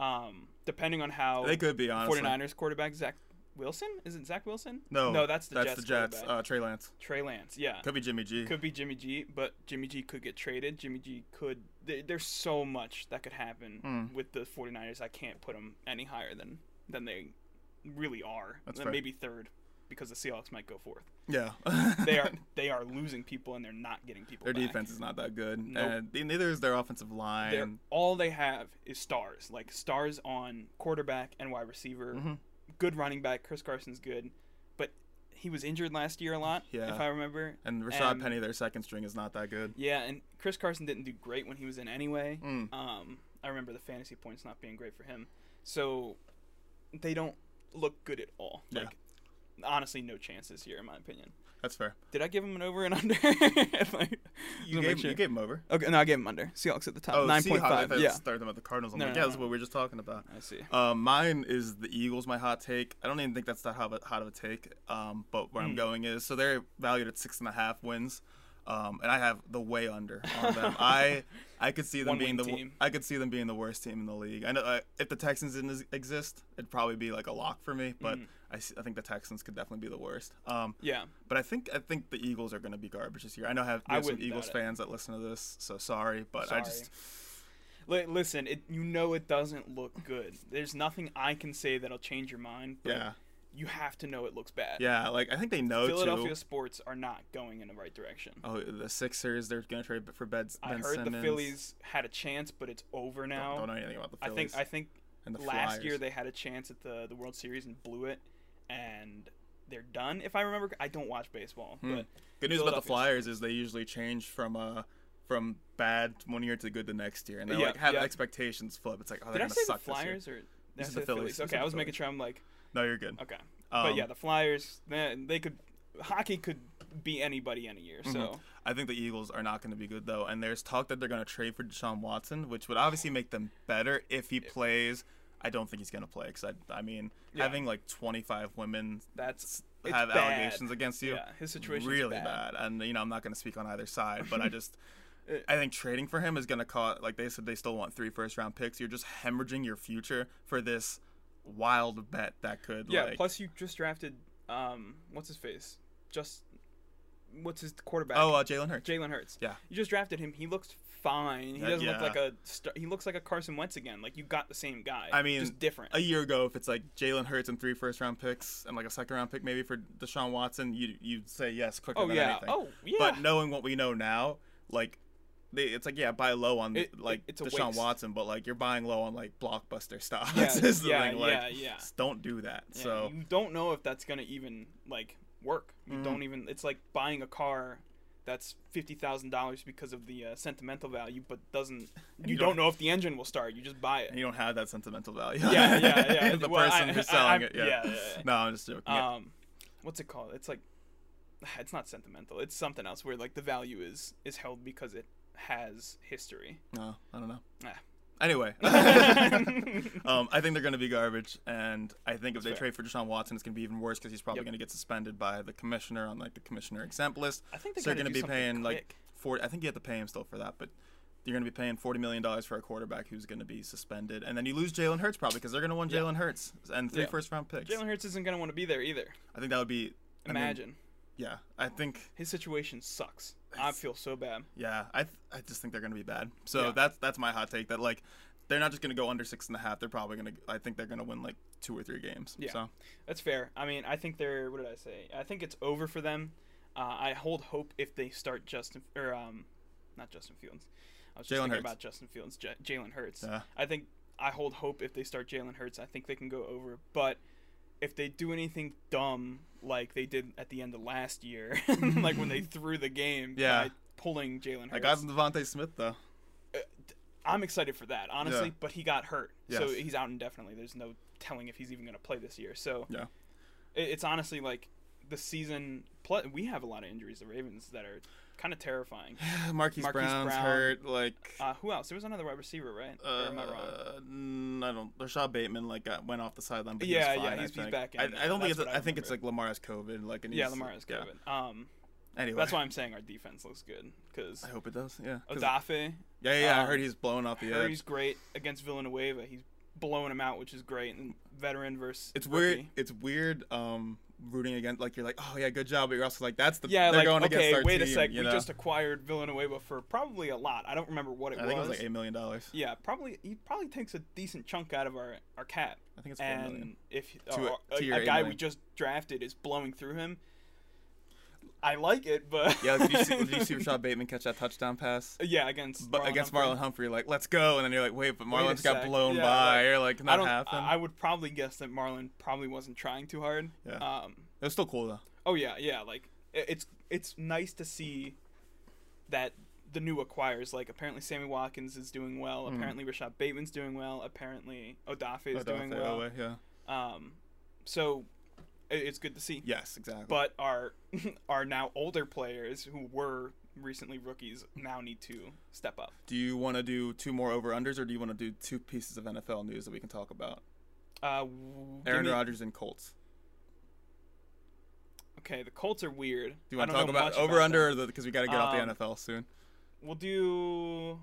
S1: Um, depending on how
S2: They could be honestly.
S1: 49ers quarterback Zach Wilson is it Zach Wilson?
S2: No,
S1: no, that's the
S2: that's
S1: Jets.
S2: the Jets.
S1: quarterback.
S2: Uh, Trey Lance
S1: Trey Lance, yeah.
S2: could be Jimmy G.
S1: could be Jimmy G, but Jimmy G could get traded. Jimmy G could. There, there's so much that could happen
S2: Mm.
S1: with the 49ers. I can't put them any higher than than they really are.
S2: That's
S1: And
S2: fair.
S1: Maybe third, because the Seahawks might go fourth.
S2: yeah,
S1: [LAUGHS]
S2: [LAUGHS]
S1: They are they are losing people and they're not getting people.
S2: Their
S1: back.
S2: defense is not that good,
S1: Nope.
S2: and neither is their offensive line.
S1: They're, all they have is stars, like stars on quarterback and wide receiver.
S2: Mhm.
S1: Good running back. Chris Carson's good, but he was injured last year a lot.
S2: Yeah.
S1: if I remember.
S2: and Rashad
S1: and-
S2: Penny, their second string, is not that good.
S1: Yeah, and Chris Carson didn't do great when he was in anyway.
S2: Mm.
S1: Um, I remember the fantasy points not being great for him. So they don't look good at all.
S2: Yeah.
S1: Like honestly no chance this year in my opinion.
S2: That's fair.
S1: Did I give him an over and [LAUGHS] under? If I-
S2: You
S1: Let me
S2: gave,
S1: check.
S2: you gave him over.
S1: okay, no, I gave him under. Seahawks at the top,
S2: Oh,
S1: nine
S2: Seahawks,
S1: point
S2: I
S1: five.
S2: thought you
S1: Yeah,
S2: started about the Cardinals. I'm
S1: No,
S2: like,
S1: no,
S2: yeah,
S1: no,
S2: that's
S1: no.
S2: what we were just talking about.
S1: I see.
S2: Uh, mine is the Eagles. My hot take. I don't even think that's that hot of a, hot of a take. Um, but
S1: Hmm.
S2: where I'm going is so they're valued at six and a half wins, um, and I have the way under on
S1: [LAUGHS]
S2: them. I I could see them
S1: One
S2: being
S1: win
S2: the w-
S1: team.
S2: I could see them being the worst team in the league. I know uh, if the Texans didn't ex- exist, it'd probably be like a lock for me.
S1: Hmm.
S2: But I s I I, think the Texans could definitely be the worst. Um,
S1: Yeah,
S2: but I think I think the Eagles are going to be garbage this year. I know I have, we
S1: I
S2: have some
S1: wouldn't doubt
S2: Eagles
S1: it.
S2: fans that listen to this, so sorry, but I just
S1: Li- listen, it, you know it doesn't look good. There's nothing I can say that'll change your mind. But
S2: yeah
S1: you have to know it looks bad.
S2: yeah like I think they know
S1: Philadelphia
S2: too.
S1: sports are not going in the right direction.
S2: Oh, the Sixers, they're going to trade for Beds.
S1: I heard the Phillies had a chance, but it's over now.
S2: Don't know anything about the
S1: I
S2: Phillies.
S1: think I think
S2: and the
S1: last
S2: Flyers.
S1: year they had a chance at the the World Series and blew it, and they're done. If I remember, I don't watch baseball,
S2: Hmm.
S1: but
S2: good news about the
S1: Philadelphia's-
S2: Flyers is they usually change from uh from bad one year to good the next year, and they
S1: Yeah,
S2: like have
S1: yeah.
S2: expectations flip. It's like oh,
S1: did
S2: they're
S1: I
S2: going to
S1: say the
S2: suck this year.
S1: Flyers or did I
S2: is
S1: say
S2: the
S1: the
S2: Phillies.
S1: Phillies?
S2: This
S1: Okay, I
S2: is the
S1: was making
S2: Phillies.
S1: sure. I'm like,
S2: No, you're good.
S1: okay,
S2: Um,
S1: but yeah, the Flyers, they, they could hockey could be anybody any year. So
S2: Mm-hmm. I think the Eagles are not going to be good though, and there's talk that they're going to trade for Deshaun Watson, which would obviously make them better if he plays. I don't think he's going to play because I, I mean,
S1: Yeah.
S2: having like 25 women
S1: that's it's
S2: have
S1: bad.
S2: allegations against you,
S1: Yeah, his situation
S2: really
S1: bad. Uh,
S2: bad. And you know, I'm not going to speak on either side,
S1: [LAUGHS]
S2: but I just. I think trading for him is going to cost, like they said, they still want three first round picks. You're just hemorrhaging your future for this wild bet that could,
S1: Yeah.
S2: like,
S1: plus, you just drafted um, what's his face? Just what's his quarterback?
S2: oh, uh, Jalen Hurts.
S1: Jalen Hurts.
S2: Yeah.
S1: You just drafted him. He looks fine. He
S2: Uh,
S1: doesn't
S2: yeah.
S1: look like a. Star- he looks like a Carson Wentz again. Like you got the same guy.
S2: I mean,
S1: just different.
S2: a year ago, if it's like Jalen Hurts and three first round picks and like a second round pick maybe for Deshaun Watson, you you'd say yes quicker
S1: oh
S2: than
S1: yeah.
S2: anything.
S1: Oh [LAUGHS] yeah.
S2: But knowing what we know now, like they, it's like yeah, buy low on
S1: It-
S2: like
S1: it's a
S2: Deshaun
S1: waste.
S2: Watson, but like you're buying low on like blockbuster stocks. [LAUGHS]
S1: yeah,
S2: is the
S1: yeah,
S2: thing. Like,
S1: yeah, yeah.
S2: s- Don't do that.
S1: Yeah,
S2: so
S1: you don't know if that's gonna even like work. You
S2: Mhm.
S1: don't even. It's like buying a car that's fifty thousand dollars because of the uh, sentimental value, but doesn't. You,
S2: [LAUGHS] you
S1: don't,
S2: don't-
S1: know if the engine will start. You just buy
S2: and
S1: it.
S2: you don't have that sentimental value.
S1: Yeah, yeah, yeah.
S2: [LAUGHS] the
S1: Well,
S2: person
S1: I-
S2: who's
S1: I-
S2: selling
S1: I-
S2: it. Yeah.
S1: yeah, yeah, yeah.
S2: No, I'm just joking. Yeah.
S1: Um, what's it called? It's like [SIGHS] it's not sentimental. It's something else where like the value is is held because it has history.
S2: No, I don't know.
S1: Ah.
S2: Anyway, [LAUGHS]
S1: [LAUGHS]
S2: um, I think they're going to be garbage, and I think if they
S1: fair.
S2: trade for Deshaun Watson, it's going to be even worse because he's probably
S1: Yep.
S2: going to get suspended by the commissioner on like the commissioner exempt list.
S1: I think they
S2: so you're
S1: gotta
S2: going to
S1: do
S2: be
S1: something
S2: paying like
S1: quick.
S2: forty. I think you have to pay him still for that, but you're going to be paying forty million dollars for a quarterback who's going to be suspended, and then you lose Jalen Hurts probably because they're going to want Jalen Hurts and three
S1: Yeah.
S2: first round picks.
S1: Jalen Hurts isn't gonna want to be there either.
S2: I think that would be I mean,
S1: Imagine
S2: yeah, I think
S1: his situation sucks. I feel so bad.
S2: Yeah, I th- I just think they're gonna be bad. So
S1: Yeah.
S2: that's that's my hot take that like they're not just gonna go under six and a half. They're probably gonna I think they're gonna win like two or three games.
S1: Yeah.
S2: So
S1: That's fair. I mean, I think they're. What did I say? I think it's over for them. Uh, I hold hope if they start Justin or um, not Justin Fields. I was just
S2: Jalen
S1: thinking
S2: Hurts.
S1: about Justin Fields, J- Jalen Hurts.
S2: Yeah.
S1: I think I hold hope if they start Jalen Hurts. I think they can go over, but if they do anything dumb like they did at the end of last year, [LAUGHS] like when
S2: [LAUGHS]
S1: they threw the game
S2: Yeah.
S1: by pulling Jalen Hurts,
S2: I got Devontae Smith though.
S1: I'm excited for that, honestly.
S2: Yeah.
S1: But he got hurt, so
S2: Yes.
S1: he's out indefinitely. There's no telling if he's even going to play this year. So
S2: Yeah.
S1: it, it's honestly like the season. Plus, we have a lot of injuries. The Ravens that are kind of terrifying.
S2: [SIGHS] [LAUGHS] Marquise,
S1: Marquise
S2: Brown's
S1: Brown.
S2: hurt. Like
S1: Uh, who else? There was another wide receiver, right? or am I wrong?
S2: uh, mm, I don't. Rashad Bateman like got, went off the sideline, but
S1: Yeah,
S2: he was
S1: yeah,
S2: fine, I
S1: he's- he's
S2: think.
S1: back in
S2: I,
S1: now.
S2: I don't think
S1: That's
S2: it's.
S1: what I
S2: I think it's like
S1: remember.
S2: Lamar's COVID. Like and
S1: yeah,
S2: he's-
S1: Lamar is
S2: yeah.
S1: COVID. Um,
S2: Anyway,
S1: that's why Oh, I'm saying our defense looks good because
S2: I hope it does. Yeah. 'Cause-
S1: Odafe,
S2: yeah, yeah. yeah, I
S1: um,
S2: heard he's blown off the edge.
S1: Curry's great against Villanueva. He's blowing him out, which is great. And veteran versus
S2: It's
S1: rookie.
S2: weird. It's weird. Um, rooting against like you're like, oh yeah, good job, but you're also like, that's the
S1: Yeah,
S2: they're
S1: like
S2: going against
S1: okay,
S2: our
S1: wait a
S2: team,
S1: sec.
S2: you
S1: We
S2: know?
S1: just acquired Villanueva for probably a lot. I don't remember what it
S2: I
S1: was.
S2: think it was like eight million dollars.
S1: Yeah, probably he probably takes a decent chunk out of our our cap.
S2: I think it's four million.
S1: And if
S2: To
S1: or-
S2: a- to your
S1: a, a
S2: eight
S1: guy we
S2: million.
S1: just drafted is blowing through him, I like it, but
S2: Yeah, did you, see, did
S1: [LAUGHS]
S2: you see Rashad Bateman catch that touchdown pass?
S1: yeah, against
S2: But
S1: Marlon
S2: against
S1: Humphrey.
S2: Marlon Humphrey, like, let's go, and then you're like, wait, but Marlon's got
S1: sec.
S2: blown
S1: Yeah,
S2: by.
S1: like,
S2: you're like, can
S1: I
S2: that
S1: don't.
S2: happen?
S1: I I would probably guess that Marlon probably wasn't trying too hard.
S2: Yeah.
S1: Um.
S2: it was still cool though.
S1: Oh yeah, yeah. Like i- it's it's nice to see that the new acquires. Like apparently Sammy Watkins is doing well.
S2: Mm-hmm.
S1: Apparently Rashad Bateman's doing well. Apparently Odafe is doing
S2: Odafe
S1: well.
S2: Owe, yeah.
S1: Um, so i- it's good to see.
S2: Yes, exactly.
S1: But our [LAUGHS] our now older players who were recently rookies now need to step up.
S2: do you want to do two more over unders, or do you want to do two pieces of NFL news that we can talk about?
S1: Uh, w- give
S2: Aaron
S1: me-
S2: Rodgers and Colts.
S1: Okay, the Colts are weird.
S2: Do you want
S1: I
S2: to
S1: don't
S2: talk
S1: know
S2: about
S1: much
S2: over
S1: about
S2: under,
S1: them.
S2: or because we got to get
S1: Um,
S2: off the NFL soon?
S1: We'll do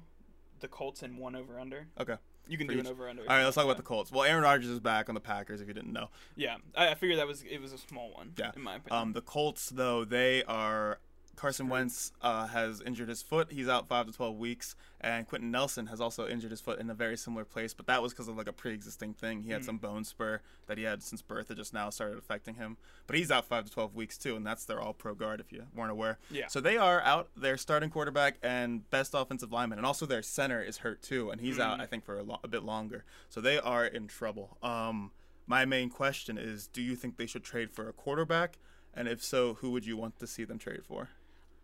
S1: the Colts and one over under.
S2: Okay.
S1: You can
S2: For
S1: do an
S2: each-
S1: over under.
S2: All right, let's talk about the Colts. Well, Aaron Rodgers is back on the Packers. If you didn't know,
S1: Yeah, I, I figured that was it was a small one.
S2: Yeah.
S1: in my opinion.
S2: um, the Colts though they are Carson Wentz uh, has injured his foot. He's out five to twelve weeks, and Quentin Nelson has also injured his foot in a very similar place. But that was because of like a pre-existing thing. He had some bone spur that he had since birth that just now started affecting him. But he's out five to twelve weeks too, and that's their All-Pro guard if you weren't aware.
S1: Yeah.
S2: So they are out their starting quarterback and best offensive lineman, and also their center is hurt too, and he's out I think for a, lo- a bit longer. So they are in trouble. Um, my main question is, do you think they should trade for a quarterback? And if so, who would you want to see them trade for?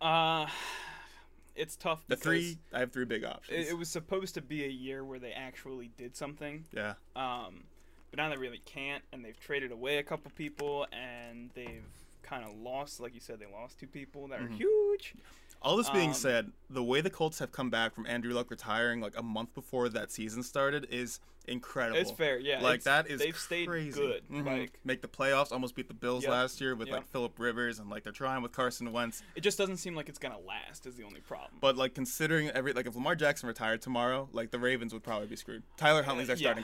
S1: Uh, [SIGHS] it's tough.
S2: um, The
S1: because
S2: three, I have three big options.
S1: It, it was supposed to be a year where they actually did something,
S2: yeah,
S1: um, but now they really can't, and they've traded away a couple people, and they've kind of lost. Like you said, they lost two people that
S2: Mm-hmm.
S1: are huge.
S2: All this being
S1: Um,
S2: said, the way the Colts have come back from Andrew Luck retiring like a month before that season started is incredible.
S1: It's fair, yeah.
S2: Like
S1: it's-
S2: that is
S1: they've stayed
S2: crazy.
S1: good.
S2: Mhm.
S1: Like
S2: make the playoffs, almost beat the Bills
S1: Yep.
S2: last year with
S1: Yep.
S2: like Philip Rivers, and like they're trying with Carson Wentz.
S1: it just doesn't seem like it's gonna last. Is the only problem.
S2: But [LAUGHS] like considering every like if Lamar Jackson retired tomorrow, like the Ravens would probably be screwed. Tyler Huntley's our
S1: Uh, yeah.
S2: starting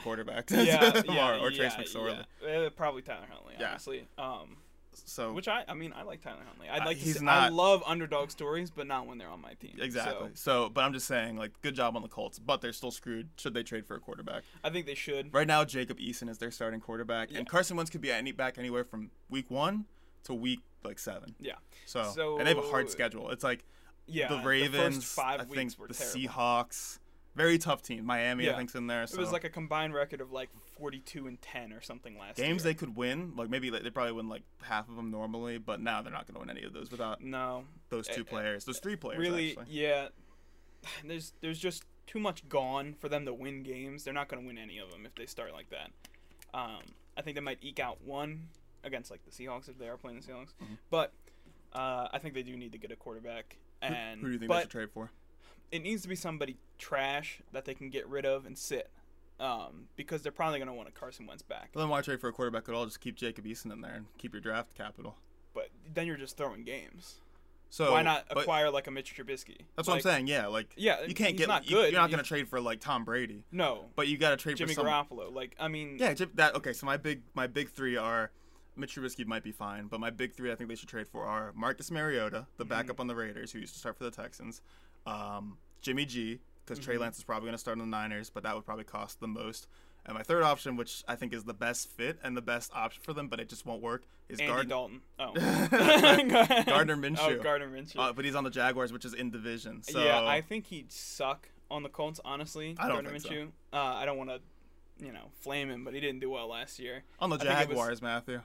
S1: [LAUGHS]
S2: quarterback [LAUGHS]
S1: yeah,
S2: tomorrow,
S1: yeah,
S2: or Trace
S1: yeah,
S2: McSorley.
S1: yeah. Uh, probably Tyler Huntley,
S2: Yeah.
S1: honestly. Um,
S2: So
S1: Which I, I mean, I like Tyler Huntley. I'd
S2: Uh,
S1: like to
S2: he's
S1: see, I
S2: not-
S1: love underdog stories, but not when they're on my team. So,
S2: exactly. So. but I'm just saying, like, good job on the Colts, but they're still screwed. Should they trade for a quarterback?
S1: I think they should.
S2: Right now, Jacob Eason is their starting quarterback,
S1: Yeah.
S2: and Carson Wentz could be any back anywhere from week one to week like seven.
S1: Yeah.
S2: So,
S1: So-
S2: and they have a hard schedule. It's like
S1: Yeah.
S2: the Ravens,
S1: first five
S2: I
S1: weeks
S2: think
S1: were
S2: the
S1: terrible.
S2: Seahawks, very tough team. Miami,
S1: Yeah.
S2: I think's in there. So
S1: It was like a combined record of like 42 and 10 or something last
S2: games
S1: year.
S2: they could win. Like maybe they they probably win like half of them normally, but now they're not going to win any of those without
S1: No.
S2: those
S1: Eh, eh,
S2: two players, those three players.
S1: Really,
S2: actually.
S1: yeah. [SIGHS] There's there's just too much gone for them to win games. They're not going to win any of them if they start like that. Um, I think they might eke out one against like the Seahawks if they are playing the Seahawks.
S2: Mm-hmm.
S1: But uh, I think they do need to get a quarterback. And
S2: Who do you think
S1: but
S2: they should trade for?
S1: it needs to be somebody trash that they can get rid of and sit, um, because they're probably going to want a Carson Wentz back.
S2: Well, then why trade for a quarterback at all? Just keep Jacob Eason in there and keep your draft capital.
S1: But then you're just throwing games.
S2: So
S1: Why not
S2: but
S1: acquire like a Mitch Trubisky? like,
S2: That's what I'm saying. Yeah, like
S1: Yeah,
S2: you can't
S1: he's
S2: get
S1: not
S2: you-
S1: good.
S2: You're not
S1: He-
S2: going to trade for like Tom Brady,
S1: No,
S2: but you got to trade
S1: Jimmy
S2: for some.
S1: Garoppolo. Like I mean,
S2: Yeah, Jim, that okay. So my big my big three are Mitch Trubisky might be fine, but my big three I think they should trade for are Marcus Mariota, the
S1: Mm-hmm.
S2: backup on the Raiders, who used to start for the Texans, um, Jimmy G, because
S1: Mm-hmm.
S2: Trey Lance is probably going to start on the Niners, but that would probably cost the most. And my third option, which I think is the best fit and the best option for them, but it just won't work, is
S1: Andy
S2: Gardner.
S1: Dalton.
S2: [LAUGHS]
S1: Oh, [LAUGHS] Gardner Oh,
S2: Minshew.
S1: Gardner Minshew.
S2: Uh, but he's on the Jaguars, which is in division. So
S1: yeah, I think he'd suck on the Colts. Honestly,
S2: I don't
S1: Gardner
S2: think so.
S1: Minshew. Uh, I don't want to, you know, flame him, but he didn't do well last year.
S2: on the
S1: I think it was-
S2: Jaguars, Matthew.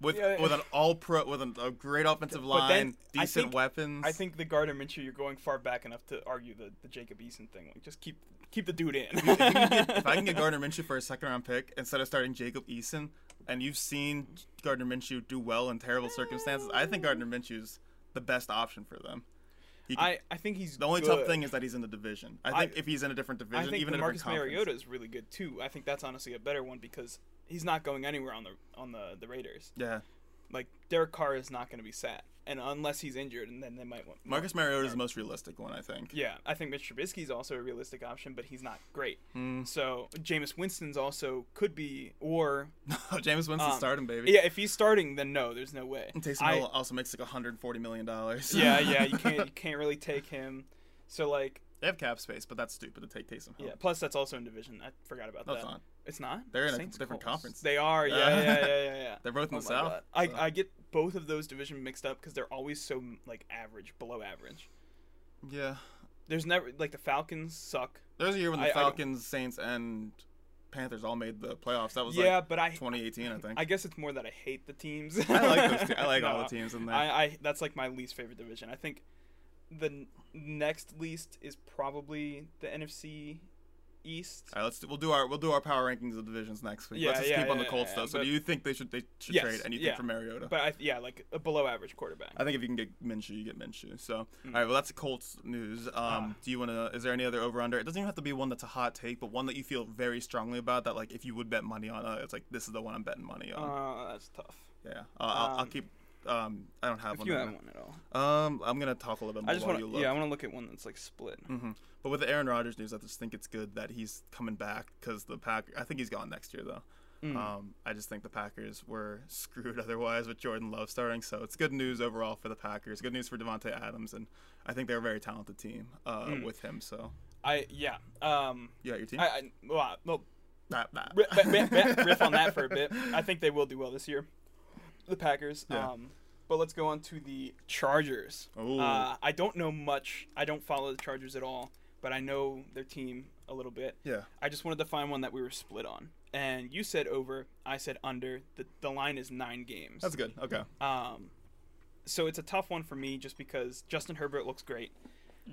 S2: With,
S1: Yeah,
S2: with an all pro with an, a great offensive
S1: But then,
S2: line,
S1: I
S2: decent
S1: think-
S2: weapons.
S1: I think the Gardner Minshew, you're going far back enough to argue the, the Jacob Eason thing. Like, just keep keep the dude in.
S2: [LAUGHS] if, you
S1: [LAUGHS]
S2: can get- if I can get Gardner Minshew for a second round pick instead of starting Jacob Eason, and you've seen Gardner Minshew do well in terrible circumstances, I think Gardner Minshew's the best option for them. He can-
S1: I, I think he's
S2: the only
S1: good.
S2: tough thing is that he's in the division. I think
S1: I-
S2: if he's in a different division,
S1: I think
S2: even a
S1: Marcus
S2: different conference-
S1: Mariota is really good too. I think that's honestly a better one because he's not going anywhere on the on the, the Raiders.
S2: Yeah,
S1: Like Derek Carr is not going to be sat, and unless he's injured, and then they might want
S2: Marcus Mariota is the most realistic one, I think. [LAUGHS]
S1: Yeah, I think Mitch Trubisky is also a realistic option, but he's not great.
S2: Mm.
S1: So Jameis Winston's also could be, or
S2: James Winston
S1: Um,
S2: starting baby.
S1: yeah, if he's starting, then no, there's no way.
S2: And Taysom
S1: I-
S2: Hill also makes like 140 million
S1: [LAUGHS]
S2: dollars.
S1: yeah, yeah,
S2: [LAUGHS]
S1: you can't you can't really take him. So like,
S2: They have cap space, but that's stupid to take Taysom Hill.
S1: yeah. Plus, that's also in division. I forgot about
S2: No,
S1: that.
S2: it's not.
S1: It's not.
S2: Oh. They're in a
S1: Saints,
S2: different
S1: Colts.
S2: conference.
S1: They are. Yeah, yeah,
S2: Yeah.
S1: yeah, yeah,
S2: [LAUGHS]
S1: yeah.
S2: They're both in
S1: Oh
S2: the
S1: my
S2: South.
S1: God. I,
S2: so-
S1: I get both of those division mixed up because they're always so like average, below average.
S2: yeah.
S1: There's never like the Falcons suck.
S2: There was a year when the
S1: I- I don't-
S2: Falcons, Saints, and Panthers all made the playoffs. That was
S1: Yeah,
S2: like
S1: but I
S2: 2018, I think.
S1: I guess it's more that I hate the teams.
S2: [LAUGHS] I like those. Te-
S1: [LAUGHS]
S2: I like all the teams in there.
S1: I, I that's like my least favorite division. I think the n- next least is probably the NFC East.
S2: All right, let's do, we'll do our we'll do our power rankings of divisions next week.
S1: Yeah,
S2: let's just
S1: yeah,
S2: keep on the
S1: yeah,
S2: Colts
S1: yeah,
S2: though. So
S1: but-
S2: do you think they should they should
S1: Yes,
S2: trade anything
S1: yeah.
S2: for Mariota?
S1: But I, yeah, like a below average quarterback.
S2: I think if you can get Minshew, you get Minshew. So
S1: Mm.
S2: all right, well that's Colts news. Um,
S1: Ah.
S2: do you want to? Is there any other over under? It doesn't even have to be one that's a hot take, but one that you feel very strongly about. That like if you would bet money on, uh, it's like this is the one I'm betting money on.
S1: Uh, that's tough.
S2: yeah, uh, I'll, I'll
S1: um,
S2: keep. Um, I don't have
S1: If
S2: one.
S1: you
S2: right
S1: have
S2: now.
S1: one at all,
S2: Um, I'm gonna talk a little bit more
S1: I just
S2: while
S1: want
S2: you
S1: to.
S2: look.
S1: Yeah, I want to look at one that's like split.
S2: hmm But with the Aaron Rodgers news, I just think it's good that he's coming back because the pack. I think he's gone next year though.
S1: Mm.
S2: Um, I just think the Packers were [LAUGHS] screwed otherwise with Jordan Love starting. So it's good news overall for the Packers. Good news for Devonte Adams, and I think they're a very talented team uh,
S1: Mm.
S2: with him. So
S1: I yeah. Um,
S2: you got your team.
S1: I, I well, well
S2: Nah, nah.
S1: ri- ri- ri- ri- riff on that for a
S2: [LAUGHS]
S1: bit. I think they will do well this year, the Packers.
S2: Yeah.
S1: Um, but let's go on to the Chargers.
S2: Ooh.
S1: Uh, I don't know much. I don't follow the Chargers at all, but I know their team a little bit.
S2: yeah.
S1: I just wanted to find one that we were split on. And you said over, I said under. The, the line is nine games.
S2: That's good. Okay.
S1: Um, so it's a tough one for me just because Justin Herbert looks great.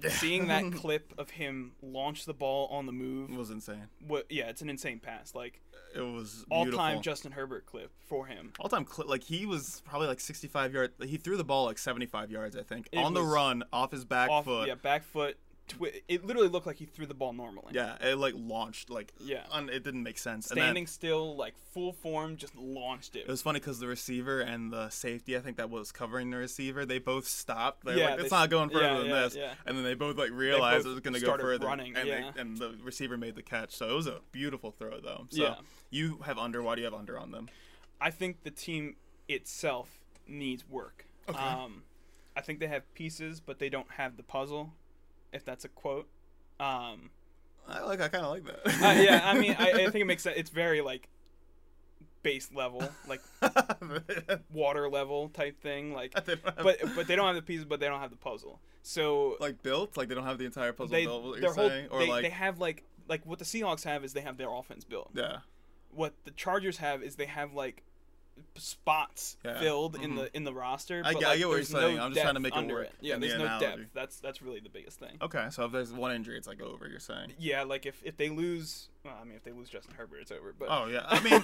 S1: Seeing
S2: [LAUGHS]
S1: that clip of him launch the ball on the
S2: It
S1: move,
S2: was insane.
S1: what, yeah, it's an insane pass. Like
S2: It was
S1: all
S2: beautiful.
S1: time Justin Herbert clip for him.
S2: all time clip like he was probably like 65 yards he threw the ball like 75 yards i think
S1: It
S2: on the
S1: was
S2: run off his back
S1: Off,
S2: foot
S1: yeah, back foot. Twi- it literally looked like he threw the ball normally.
S2: yeah. it like launched like
S1: Yeah.
S2: un- it didn't make sense and then
S1: Standing still, like full form, just launched it.
S2: it was funny because the receiver and the safety i think that was covering the receiver they both stopped they're
S1: Yeah,
S2: like
S1: they
S2: it's
S1: s-
S2: not going further
S1: yeah,
S2: than
S1: yeah,
S2: this
S1: yeah.
S2: and then they both like realized
S1: both
S2: it was going to go
S1: started
S2: further
S1: running,
S2: and,
S1: yeah.
S2: they, and the receiver made the catch so it was a beautiful throw though so
S1: Yeah.
S2: you have under why do you have under on them
S1: I think the team itself needs work.
S2: Okay.
S1: Um, I think they have pieces, but they don't have the puzzle, if that's a quote. Um,
S2: i like i kind of like that
S1: uh, yeah,
S2: [LAUGHS]
S1: I mean, I, I think it makes sense. It's very like base level, like water level type thing. Like,
S2: They don't have-
S1: but but they don't have the pieces, but they don't have the puzzle. So
S2: like built like they don't have the entire puzzle
S1: they
S2: built what
S1: their
S2: you're
S1: whole
S2: saying or
S1: they,
S2: like
S1: they have like like what the Seahawks have is they have their offense built.
S2: yeah
S1: what the Chargers have is they have like spots
S2: Yeah. Mm-hmm.
S1: filled in the in the roster.
S2: I
S1: but,
S2: get- I
S1: like,
S2: get what you're
S1: there's
S2: saying.
S1: no
S2: I'm just trying to
S1: depth
S2: make it
S1: under
S2: work
S1: Yeah,
S2: in the
S1: there's no
S2: analogy. Oh.
S1: depth. That's that's really the biggest thing.
S2: okay so if there's one injury it's like over you're saying
S1: Yeah, like if if they lose, well, I mean if they lose Justin Herbert, it's over. But
S2: oh [LAUGHS] yeah i mean you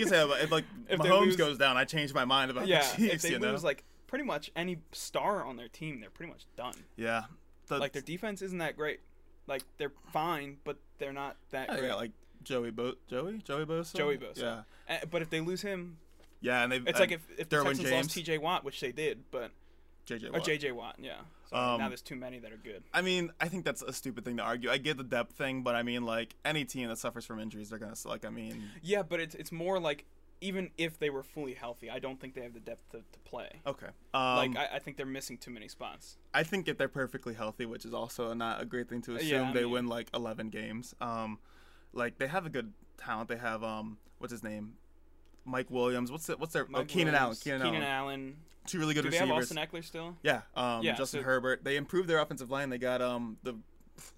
S2: can say that, but if like
S1: [LAUGHS] If they
S2: Mahomes
S1: lose-
S2: goes down i change my mind about
S1: yeah,
S2: the Chiefs
S1: if they
S2: you know
S1: lose like pretty much any star on their team, they're pretty much done.
S2: yeah the,
S1: Like their defense isn't that great. Like they're fine, but they're not that
S2: yeah,
S1: great.
S2: like Joey Bo Joey Joey Bosa
S1: Joey Bosa.
S2: yeah
S1: Uh, but if they lose him,
S2: yeah and they
S1: it's like if, if the
S2: Derwin
S1: Texans
S2: James
S1: lost T.J. Watt, which they did, but
S2: JJ
S1: or
S2: Watt.
S1: J.J. Watt, yeah. So
S2: Um,
S1: now there's too many that are good.
S2: I mean I think that's a stupid thing to argue I get the depth thing but I mean like any team that suffers from injuries they're gonna s- like I mean
S1: Yeah, but it's it's more like even if they were fully healthy, I don't think they have the depth to, to play.
S2: okay um,
S1: Like I, I think they're missing too many spots.
S2: I think if they're perfectly healthy, which is also not a great thing to assume,
S1: Yeah, I
S2: they
S1: mean-
S2: win like 11 games. Um, like they have a good talent. They have um, what's his name, Mike Williams. What's it? What's their? oh,
S1: Mike
S2: Keenan Allen.
S1: Williams,
S2: Keenan, Allen.
S1: Allen.
S2: Two really good
S1: Do they have
S2: receivers.
S1: Austin Eckler still?
S2: yeah. Um,
S1: Yeah,
S2: Justin
S1: so-
S2: Herbert. They improved their offensive line. They got um the,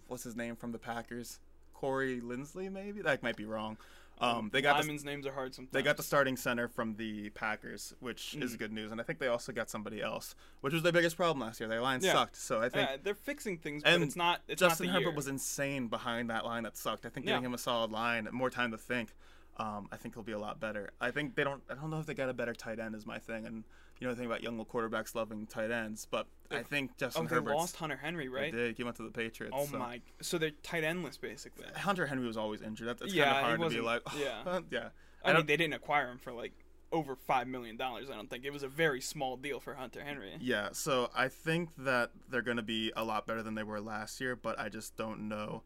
S2: what's his name from the Packers, Corey Lindsley maybe. That might be wrong. Um, they got the
S1: Lyman's names are hard sometimes.
S2: they got the starting center from the Packers, which
S1: Mm.
S2: is good news, and I think they also got somebody else, which was their biggest problem last year. Their line
S1: Yeah.
S2: sucked, so I think
S1: Yeah, Uh, they're fixing things, but
S2: And
S1: it's not. It's
S2: Justin
S1: not the
S2: Herbert
S1: year.
S2: was insane behind that line that sucked. I think
S1: Yeah.
S2: giving him a solid line, more time to think, um, I think he'll be a lot better. I think they don't. I don't know if they got a better tight end is my thing, and you know the thing about young quarterbacks loving tight ends, but I think Justin
S1: Oh, they
S2: Herbert
S1: lost Hunter Henry, right?
S2: did. He went to the Patriots.
S1: Oh
S2: so-
S1: my! So they're tight endless basically.
S2: Hunter Henry was always injured. That's, that's
S1: Yeah, he
S2: kind of hard to be
S1: wasn't-
S2: like.
S1: yeah.
S2: [LAUGHS] yeah.
S1: I,
S2: I
S1: mean,
S2: don't-
S1: they didn't acquire him for like over five million dollars. I don't think it was a very small deal for Hunter Henry.
S2: Yeah, so I think that they're going to be a lot better than they were last year, but I just don't know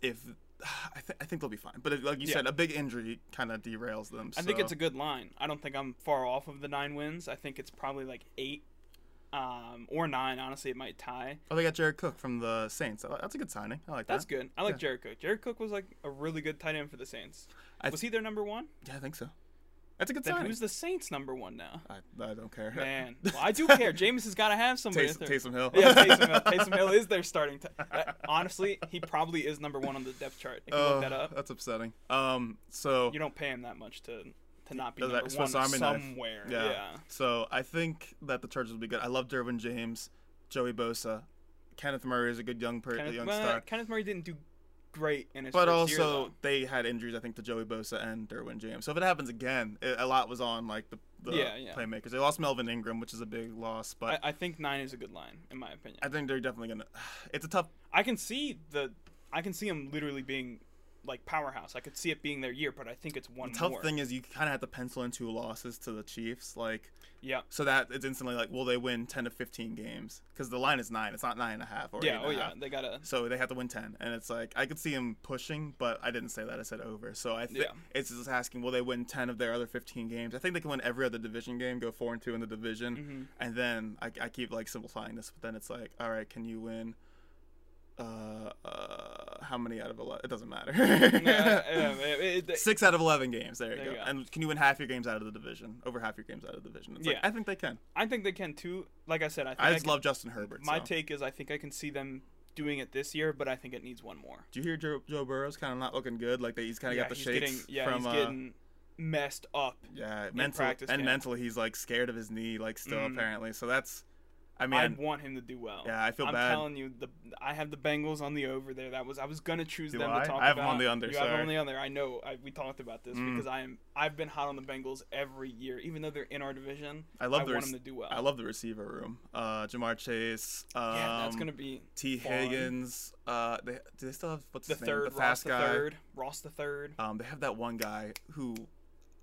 S2: if [SIGHS] I, th- I think they'll be fine. But like you
S1: Yeah.
S2: said, a big injury kind of derails them.
S1: I think
S2: so-
S1: it's a good line. I don't think I'm far off of the nine wins. I think it's probably like eight um, or nine. Honestly, it might tie.
S2: Oh, they got Jared Cook from the Saints. Oh, That's a good signing. I like
S1: That's
S2: that.
S1: good. I like
S2: Yeah.
S1: Jared Cook. Jared Cook was like a really good tight end for the Saints.
S2: I
S1: was he their number one?
S2: Yeah, I think so. That's a good
S1: Then
S2: signing.
S1: who's the Saints' number one
S2: [LAUGHS]
S1: now?
S2: I, I don't care. [LAUGHS]
S1: Man, well, I do care. James has got to have somebody.
S2: Taysom,
S1: at their-
S2: Taysom Hill.
S1: Yeah, Taysom
S2: [LAUGHS]
S1: Hill. Taysom Hill is their starting. T- uh, honestly, he probably is number one on the depth chart. If you
S2: Oh,
S1: look that up,
S2: That's upsetting. Um, so
S1: you don't pay him that much to to not be
S2: Does that
S1: number one
S2: Swiss Army knife.
S1: somewhere.
S2: yeah.
S1: yeah.
S2: So I think that the Chargers will be good. I love Derwin James, Joey Bosa, Kenneth Murray is a good young per-
S1: Kenneth,
S2: young
S1: well,
S2: star.
S1: Kenneth Murray didn't do great in his
S2: But
S1: first year,
S2: also,
S1: though.
S2: they had injuries, I think, to Joey Bosa and Derwin James. So if it happens again, it, a lot was on like the, the
S1: Yeah, yeah.
S2: playmakers. They lost Melvin Ingram, which is a big loss, but
S1: I, I think nine is a good line in my opinion.
S2: I think they're definitely gonna. [SIGHS] It's a tough.
S1: I can see the, I can see him literally being like powerhouse. I could see it being their year, but I think it's one
S2: The tough
S1: more.
S2: thing is you kind of have to pencil in two losses to the Chiefs, like
S1: Yeah,
S2: so that it's instantly like, will they win ten to fifteen games? Because the line is nine. It's not nine and a half or eight
S1: yeah,
S2: and
S1: oh
S2: a
S1: yeah,
S2: half.
S1: they gotta.
S2: So they have to win ten, and it's like I could see him pushing, but I didn't say that. I said over. So I think
S1: Yeah.
S2: it's just asking, will they win ten of their other fifteen games? I think they can win every other division game, go four and two in the division,
S1: Mm-hmm.
S2: [LAUGHS] and then I, I keep like simplifying this, but then it's like, all right, can you win? Uh, uh, how many out of eleven? It doesn't matter. [LAUGHS]
S1: Nah, yeah, it- it-
S2: Six out of eleven games. There you,
S1: There
S2: go.
S1: you go.
S2: And can you win half your games out of the division? Over half your games out of the division. It's
S1: Yeah.
S2: like, I think they can.
S1: I think they can too. Like I said, I think
S2: I
S1: I
S2: just
S1: can-
S2: love Justin Herbert.
S1: my
S2: so.
S1: take is I think I can see them doing it this year, but I think it needs one more.
S2: Do you hear Joe, Joe Burrow's kind of not looking good? Like they, he's kind of got the
S1: he's
S2: shakes
S1: getting, yeah,
S2: from
S1: he's
S2: uh,
S1: getting messed up.
S2: yeah, mental and
S1: practice camp.
S2: mentally he's like scared of his knee, like still
S1: Mm.
S2: apparently. So that's, I mean,
S1: I
S2: I-
S1: want him to do well.
S2: yeah, I feel
S1: I'm
S2: bad.
S1: telling you, the I have the Bengals on the over there. That was I was gonna choose
S2: Do
S1: them
S2: I?
S1: to talk
S2: I have 'em
S1: about.
S2: on the under,
S1: You have 'em
S2: sorry.
S1: on the under. I know. I, we talked about this
S2: Mm.
S1: because I am. I've been hot on the Bengals every year, even though they're in our division.
S2: I love
S1: I
S2: the
S1: want them
S2: rec-
S1: to do well.
S2: I love the receiver room. Uh, Jamar Chase. Um,
S1: yeah, that's gonna be
S2: T.
S1: fun.
S2: Higgins. Uh, they, do they still have what's
S1: the
S2: his name?
S1: third.
S2: the
S1: Ross
S2: fast
S1: the
S2: guy.
S1: third. Ross the third.
S2: Um, they have that one guy who,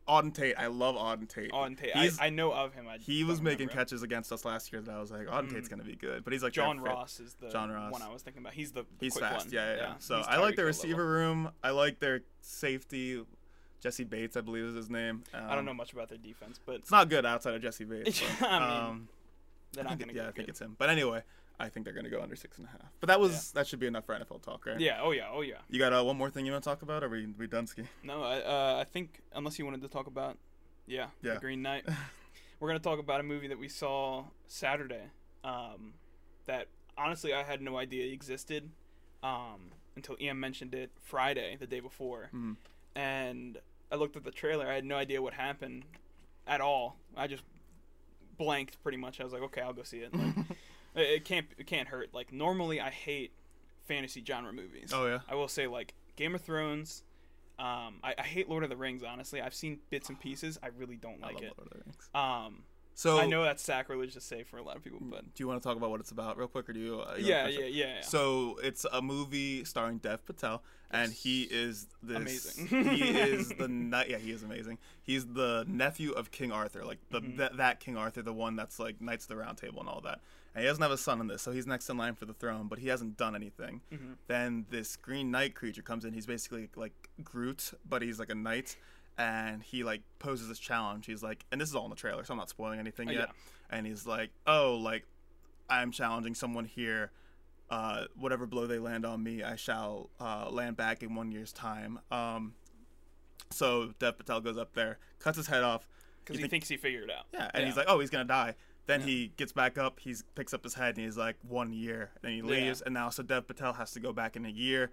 S2: Auden Tate. I love Auden Tate.
S1: On tape. I,
S2: Uh, He's-
S1: I know of him. I
S2: he
S1: don't
S2: was making
S1: remember him. Mm.
S2: catches against us last year that I was like, Auden Tate's gonna be good, but he's like their
S1: John
S2: fifth.
S1: Ross is the
S2: John Ross.
S1: one I was thinking about. He's the, the
S2: He's
S1: quick
S2: fast.
S1: one.
S2: Yeah, yeah, yeah. So
S1: He's
S2: I like
S1: Tyreek Hill
S2: their receiver
S1: level.
S2: room. I like their safety. Jesse Bates, I believe, is his name. Um,
S1: I don't know much about their defense, but
S2: It's not good outside of Jesse Bates.
S1: [LAUGHS]
S2: but,
S1: I mean,
S2: um,
S1: they're
S2: I
S1: not
S2: think
S1: gonna
S2: it- yeah,
S1: go
S2: I think
S1: good.
S2: it's him. But anyway, I think they're gonna go under six and a half. But that was that should be enough for NFL talk, right?
S1: Yeah. Oh yeah. Oh yeah.
S2: You got uh, one more thing you want to talk about? Or we we
S1: [LAUGHS]
S2: done ski?
S1: No, I uh, I think unless you wanted to talk about, yeah,
S2: Yeah.
S1: the Green
S2: [LAUGHS]
S1: Knight. We're gonna talk about a movie that we saw Saturday, um, that honestly I had no idea existed, um, until Ian mentioned it Friday, the day before,
S2: Mhm.
S1: and I looked at the trailer. I had no idea what happened, at all. I just blanked pretty much. I was like, okay, I'll go see
S2: [LAUGHS]
S1: it. Like, it, it can't it can't hurt. Like normally I hate fantasy genre movies.
S2: Oh yeah.
S1: I will say like Game of Thrones. Um, I, I hate Lord of the Rings. Honestly, I've seen bits and pieces. I really don't
S2: I
S1: like
S2: love
S1: it.
S2: Lord of the Rings.
S1: Um,
S2: So Mm,
S1: I know that's sacrilege to say for a lot of people, but
S2: Do you want to talk about what it's about real quick, or do you? Uh, you wanna
S1: yeah,
S2: finish
S1: yeah,
S2: it?
S1: yeah, yeah.
S2: So it's a movie starring Dev Patel, and he is this.
S1: Amazing.
S2: [LAUGHS] he is
S1: [LAUGHS]
S2: the ni- yeah, he is amazing. He's the nephew of King Arthur, like the
S1: Mm-hmm.
S2: that that King Arthur, the one that's like Knights of the Round Table and all that. And he doesn't have a son in this, so he's next in line for the throne, but he hasn't done anything. Then this Green Knight creature comes in. He's basically like Groot, but he's like a knight. And he like poses this challenge. He's like, and this is all in the trailer, so I'm not spoiling anything
S1: Oh,
S2: yet. And he's like, oh, like I'm challenging someone here. Uh, whatever blow they land on me, I shall uh, land back in one year's time. Um, so Dev Patel goes up there, cuts his head off.
S1: because
S2: You
S1: he
S2: think-
S1: thinks he figured it out.
S2: yeah, and he's
S1: Yeah.
S2: like, oh, he's gonna die. Then he gets back up, he picks up his head, and he's like, one year. And he leaves, and now so Dev Patel has to go back in a year,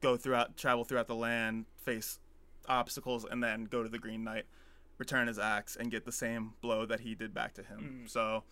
S2: go throughout, travel throughout the land, face obstacles, and then go to the Green Knight, return his axe, and get the same blow that he did back to him. So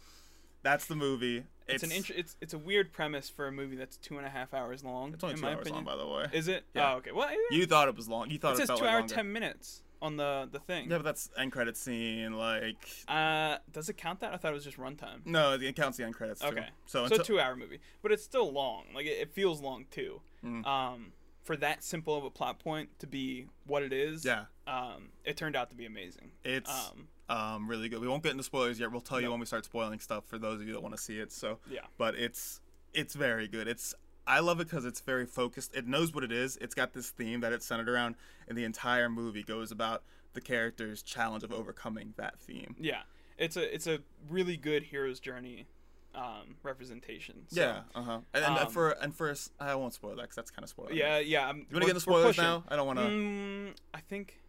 S2: that's the movie.
S1: Hmm. It's, an int- it's it's a weird premise for a movie that's two and a half hours long.
S2: It's only
S1: in
S2: two
S1: my
S2: hours
S1: opinion.
S2: long, by the way.
S1: Is it?
S2: Yeah.
S1: Oh, okay. Well, it,
S2: you thought it was long. You thought
S1: it
S2: it,
S1: says
S2: felt
S1: two
S2: like
S1: hour
S2: longer.
S1: ten minutes on the the thing.
S2: Yeah, but that's end credit scene. Like,
S1: Uh, does it count that? I thought it was just runtime.
S2: no, it counts the end credits too.
S1: Okay.
S2: So,
S1: so
S2: until,
S1: a two hour movie but it's still long like it, it feels long too
S2: Mm.
S1: um for that simple of a plot point to be what it is
S2: yeah,
S1: um it turned out to be amazing
S2: it's.
S1: um
S2: um, really good. We won't get into spoilers yet. We'll tell you
S1: No.
S2: when we start spoiling stuff for those of you that want to see it. So,
S1: yeah
S2: but it's it's very good. It's I love it because it's very focused. It knows what it is. It's got this theme that it's centered around, and the entire movie goes about the character's challenge of overcoming that theme.
S1: yeah it's a it's a really good hero's journey um representation so,
S2: yeah, uh huh. And, and
S1: um,
S2: for and for us- I won't spoil that because that's kind of spoiling.
S1: yeah yeah I'm,
S2: You want to get into spoilers now? I don't want to.
S1: mm, i think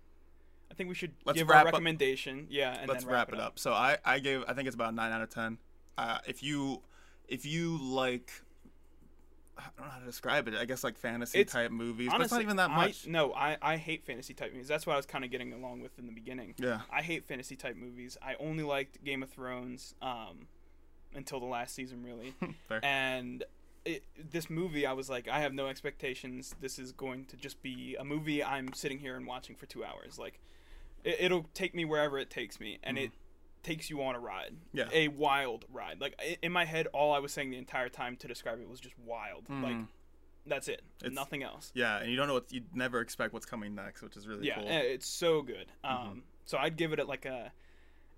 S1: i think we should
S2: Let's
S1: give
S2: wrap
S1: our
S2: up-
S1: recommendation yeah and
S2: let's
S1: then
S2: wrap, it up. So I I gave I think it's about nine out of ten. Uh, if you if you like. I don't know how to describe it. I guess like fantasy
S1: It's-
S2: type movies. but it's
S1: Honestly,
S2: not even that
S1: I-
S2: much.
S1: no, I, I hate fantasy type movies. That's what I was kind of getting along with in the beginning. [LAUGHS]
S2: Yeah.
S1: I hate fantasy type movies. I only liked Game of Thrones um, until the last season, really.
S2: Fair.
S1: and it, this movie, I was like, I have no expectations. This is going to just be a movie I'm sitting here and watching for two hours. Like, it, it'll take me wherever it takes me, and it takes you on a ride.
S2: Mm-hmm. Yeah.
S1: A wild ride. Like, i- in my head, all I was saying the entire time to describe it was just wild. Like, that's it.
S2: Mm. It's-
S1: Nothing else.
S2: Hmm. Yeah, and you don't know what you never expect what's coming next, which is really
S1: Yeah,
S2: cool. Mm-hmm.
S1: eh, it's so good. Um, so I'd give it at like a,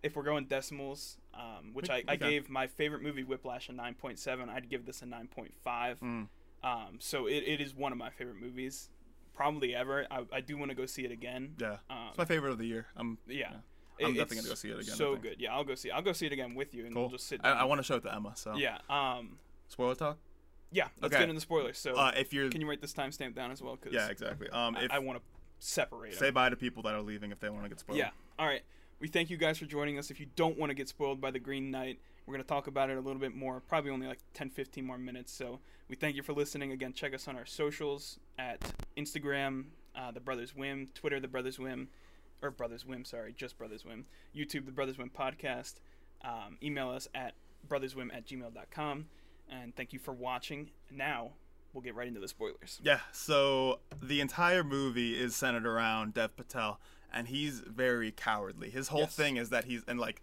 S1: if we're going decimals, um, which
S2: We-
S1: I,
S2: we
S1: I
S2: can.
S1: gave my favorite movie Whiplash a nine point seven. I'd give this a nine point five.
S2: Mm.
S1: Um, so it, it is one of my favorite movies, probably ever. I, I do want to go see it again.
S2: Yeah,
S1: Um,
S2: it's my favorite of the year. I'm
S1: yeah.
S2: yeah. I'm
S1: It-
S2: definitely
S1: it's
S2: gonna go see it again, I
S1: So
S2: think.
S1: good. Yeah, I'll go see. I'll go see it again with you, and
S2: cool.
S1: we'll just sit.
S2: I,
S1: Down.
S2: I want to show it to Emma. So
S1: yeah. Um.
S2: spoiler talk.
S1: Yeah. Let's
S2: Okay.
S1: get into spoilers. So
S2: Uh, if you're
S1: can you write this timestamp down as well? Because
S2: yeah, exactly. Um, if
S1: I, want to separate. 'em.
S2: say bye to people that are leaving if they want to get spoiled.
S1: Yeah. All right. We thank you guys for joining us. If you don't want to get spoiled by the Green Knight, we're going to talk about it a little bit more, probably only like 10, 15 more minutes. So we thank you for listening. Again, check us on our socials at Instagram, uh, The Brothers Wim, Twitter, The Brothers Wim, or Brothers Wim, sorry, just Brothers Wim, YouTube, The Brothers Wim Podcast. Um, email us at brotherswim at gmail.com. And thank you for watching. Now we'll get right into the spoilers.
S2: Yeah, so the entire movie is centered around Dev Patel, and he's very cowardly. His whole
S1: Yes.
S2: thing is that he's and like,